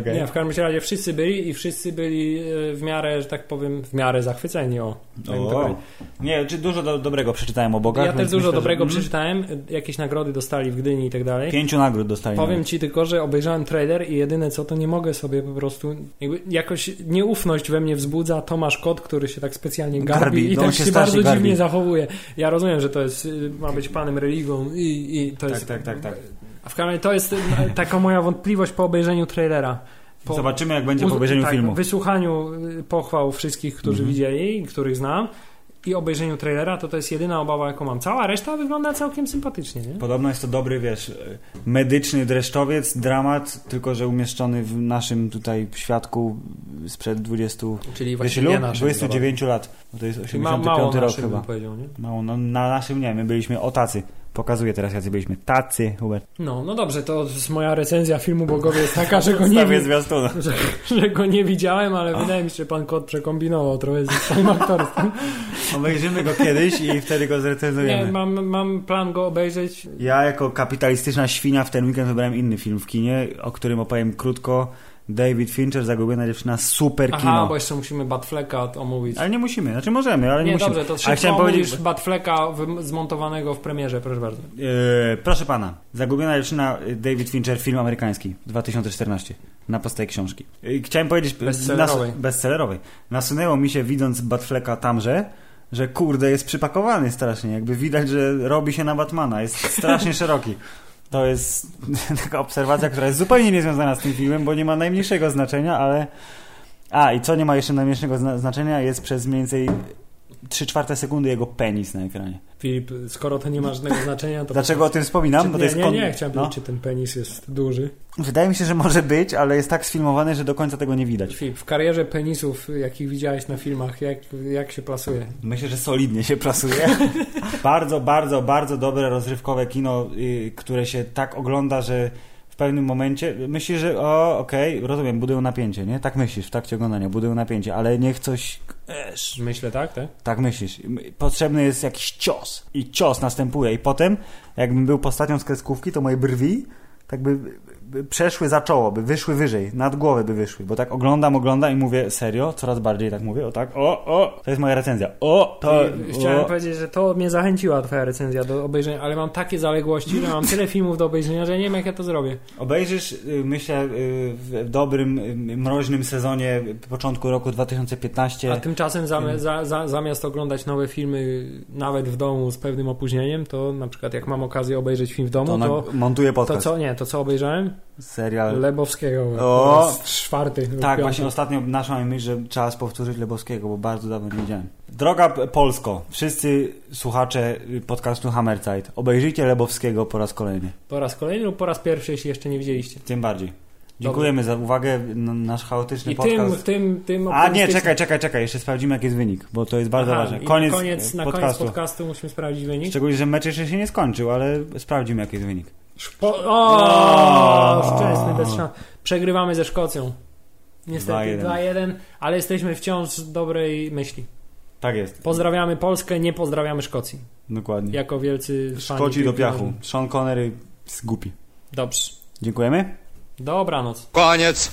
[SPEAKER 1] Okej.
[SPEAKER 2] nie, w każdym razie wszyscy byli i wszyscy byli e, w miarę, że tak powiem, w miarę zachwyceni. O, Tak bym to
[SPEAKER 1] O.
[SPEAKER 2] powiedział.
[SPEAKER 1] Nie, czy dużo do, dobrego przeczytałem o bogach.
[SPEAKER 2] ja też
[SPEAKER 1] więc
[SPEAKER 2] dużo
[SPEAKER 1] myślę, że-
[SPEAKER 2] dobrego
[SPEAKER 1] mm,
[SPEAKER 2] przeczytałem, e, jakieś nagrody dostali w Gdyni i tak dalej.
[SPEAKER 1] Pięciu nagród dostali.
[SPEAKER 2] Powiem
[SPEAKER 1] nawet.
[SPEAKER 2] ci tylko, że obejrzałem trailer i jedyne co, to nie mogę sobie po prostu, jakby jakoś nieufność we mnie wzbudza Tomasz Kot, który się tak specjalnie garbi,
[SPEAKER 1] Garbi,
[SPEAKER 2] i
[SPEAKER 1] no on
[SPEAKER 2] tak
[SPEAKER 1] się
[SPEAKER 2] się,
[SPEAKER 1] strasznie
[SPEAKER 2] bardzo
[SPEAKER 1] garbi.
[SPEAKER 2] dziwnie zachowuje. Ja rozumiem, że to jest, y, ma być panem religą i, i to jest...
[SPEAKER 1] Tak, tak, tak. tak.
[SPEAKER 2] A w każdym razie to jest e, taka moja wątpliwość po obejrzeniu trailera. Po,
[SPEAKER 1] Zobaczymy, jak będzie
[SPEAKER 2] uz-
[SPEAKER 1] po obejrzeniu
[SPEAKER 2] tak,
[SPEAKER 1] filmu.
[SPEAKER 2] wysłuchaniu y, pochwał wszystkich, którzy
[SPEAKER 1] Mhm.
[SPEAKER 2] widzieli, których znam i obejrzeniu trailera, to to jest jedyna obawa, jaką mam. Cała reszta wygląda całkiem sympatycznie, nie?
[SPEAKER 1] Podobno jest to dobry, wiesz, medyczny dreszczowiec, dramat, tylko że umieszczony w naszym tutaj świadku sprzed 20,
[SPEAKER 2] Czyli
[SPEAKER 1] wiesz,
[SPEAKER 2] właśnie
[SPEAKER 1] ilu?
[SPEAKER 2] nie naszym,
[SPEAKER 1] 29 lat. Bo to jest
[SPEAKER 2] dobra. Ma,
[SPEAKER 1] 85
[SPEAKER 2] mało
[SPEAKER 1] rok
[SPEAKER 2] naszym, bym
[SPEAKER 1] chyba.
[SPEAKER 2] powiedział, nie?
[SPEAKER 1] Mało, no na naszym nie, my byliśmy o tacy. Pokazuję teraz, jacy byliśmy. Tacy, Hubert.
[SPEAKER 2] No, no dobrze, to jest moja recenzja filmu Bogowie jest taka, że go nie,
[SPEAKER 1] Stawię
[SPEAKER 2] wi- <laughs>
[SPEAKER 1] zwiastuna.
[SPEAKER 2] że, że go nie widziałem, ale wydaje mi się, że pan Kot przekombinował trochę z swoim aktorstwem.
[SPEAKER 1] Obejrzymy go kiedyś i wtedy go
[SPEAKER 2] Nie,
[SPEAKER 1] zrecenzujemy.
[SPEAKER 2] mam, mam plan go obejrzeć.
[SPEAKER 1] Ja jako kapitalistyczna świnia w ten weekend wybrałem inny film w kinie, o którym opowiem krótko. David Fincher, Zagubiona dziewczyna, super
[SPEAKER 2] Aha,
[SPEAKER 1] kino.
[SPEAKER 2] bo jeszcze musimy Batfleka omówić.
[SPEAKER 1] Ale nie musimy, znaczy możemy, ale nie,
[SPEAKER 2] Nie,
[SPEAKER 1] musimy.
[SPEAKER 2] dobrze, to
[SPEAKER 1] ale
[SPEAKER 2] szybko
[SPEAKER 1] chciałem
[SPEAKER 2] omówisz
[SPEAKER 1] powiedzieć,
[SPEAKER 2] Batfleka wym- zmontowanego w premierze, proszę bardzo.
[SPEAKER 1] Eee, proszę pana, Zagubiona dziewczyna y, David Fincher, film amerykański 2014 na podstawie książki. Yy, Chciałem powiedzieć
[SPEAKER 2] Bestsellerowej.
[SPEAKER 1] nas- bestsellerowej. Nasunęło mi się widząc Batfleka tamże, że kurde jest przypakowany strasznie, jakby widać, że robi się na Batmana, jest strasznie szeroki. To jest <laughs> taka obserwacja, która jest zupełnie niezwiązana z tym filmem, bo nie ma najmniejszego znaczenia, ale a i co nie ma jeszcze najmniejszego zna- znaczenia jest przez mniej więcej 3 czwarte sekundy jego penis na ekranie.
[SPEAKER 2] Filip, skoro to nie ma żadnego znaczenia, to...
[SPEAKER 1] Dlaczego o tym wspominam?
[SPEAKER 2] Czy,
[SPEAKER 1] bo to
[SPEAKER 2] nie,
[SPEAKER 1] jest
[SPEAKER 2] nie,
[SPEAKER 1] kon-
[SPEAKER 2] nie, chciałem
[SPEAKER 1] no.
[SPEAKER 2] powiedzieć, czy ten penis jest duży.
[SPEAKER 1] Wydaje mi się, że może być, ale jest tak sfilmowany, że do końca tego nie widać.
[SPEAKER 2] Filip, w karierze penisów, jakich widziałeś na filmach, jak, jak się plasuje?
[SPEAKER 1] Myślę, że solidnie się prasuje. <laughs> bardzo, bardzo, bardzo dobre rozrywkowe kino, y, które się tak ogląda, że w pewnym momencie myślisz, że o, okej, rozumiem, budują napięcie, nie? Tak myślisz w trakcie oglądania, budują napięcie, ale niech coś... Esz,
[SPEAKER 2] Myślę, tak, tak?
[SPEAKER 1] Tak myślisz. M- Potrzebny jest jakiś cios. I cios następuje. I potem, jakbym był postacią z kreskówki, to moje brwi tak by, by przeszły za czoło, by wyszły wyżej, nad głowę by wyszły. Bo tak oglądam, oglądam i mówię serio, coraz bardziej tak mówię, o tak, o, o, to jest moja recenzja. O, to.
[SPEAKER 2] I Chciałem
[SPEAKER 1] o.
[SPEAKER 2] powiedzieć, że to mnie zachęciła twoja recenzja do obejrzenia, ale mam takie zaległości, że mam tyle filmów do obejrzenia, że nie wiem, jak ja to zrobię.
[SPEAKER 1] Obejrzysz, y, myślę, y, w dobrym, y, mroźnym sezonie początku roku 2015.
[SPEAKER 2] A tymczasem zam, za, za, zamiast oglądać nowe filmy nawet w domu z pewnym opóźnieniem, to na przykład jak mam okazję obejrzeć film w domu,
[SPEAKER 1] to
[SPEAKER 2] to,
[SPEAKER 1] na,
[SPEAKER 2] no to,
[SPEAKER 1] montuję podcast.
[SPEAKER 2] co, nie, to co obejrzałem?
[SPEAKER 1] Serial.
[SPEAKER 2] Lebowskiego.
[SPEAKER 1] O!
[SPEAKER 2] Po raz czwarty. lub
[SPEAKER 1] Tak,
[SPEAKER 2] piąty.
[SPEAKER 1] właśnie ostatnio naszą myśl, że czas powtórzyć Lebowskiego, bo bardzo dawno nie widziałem. Droga P- Polsko, wszyscy słuchacze y, podcastu Hammerzeit, obejrzyjcie Lebowskiego po raz kolejny.
[SPEAKER 2] Po raz kolejny lub po raz pierwszy, jeśli jeszcze nie widzieliście.
[SPEAKER 1] Tym bardziej. Dziękujemy za uwagę, n- nasz chaotyczny
[SPEAKER 2] I tym,
[SPEAKER 1] podcast.
[SPEAKER 2] tym, tym
[SPEAKER 1] A nie,
[SPEAKER 2] optymistycznym-
[SPEAKER 1] czekaj, czekaj, czekaj, jeszcze sprawdzimy jaki jest wynik, bo to jest bardzo
[SPEAKER 2] Aha,
[SPEAKER 1] ważne.
[SPEAKER 2] i
[SPEAKER 1] Koniec,
[SPEAKER 2] koniec,
[SPEAKER 1] y,
[SPEAKER 2] na koniec
[SPEAKER 1] podcastu.
[SPEAKER 2] podcastu musimy sprawdzić wynik.
[SPEAKER 1] Szczególnie, że mecz jeszcze się nie skończył, ale sprawdzimy jaki jest wynik.
[SPEAKER 2] Szpo-
[SPEAKER 1] O!
[SPEAKER 2] o, szczęsny bez szans. Przegrywamy ze Szkocją. Niestety
[SPEAKER 1] 2:1.
[SPEAKER 2] 2-1, ale jesteśmy wciąż z dobrej myśli.
[SPEAKER 1] Tak jest,
[SPEAKER 2] Pozdrawiamy Polskę, nie pozdrawiamy Szkocji.
[SPEAKER 1] dokładnie.
[SPEAKER 2] Jako wielcy fani
[SPEAKER 1] Szkoci do
[SPEAKER 2] piłki
[SPEAKER 1] piachu.
[SPEAKER 2] nożnej.
[SPEAKER 1] Sean Connery zgubi.
[SPEAKER 2] Dobrze.
[SPEAKER 1] Dziękujemy.
[SPEAKER 2] Dobranoc.
[SPEAKER 4] Koniec.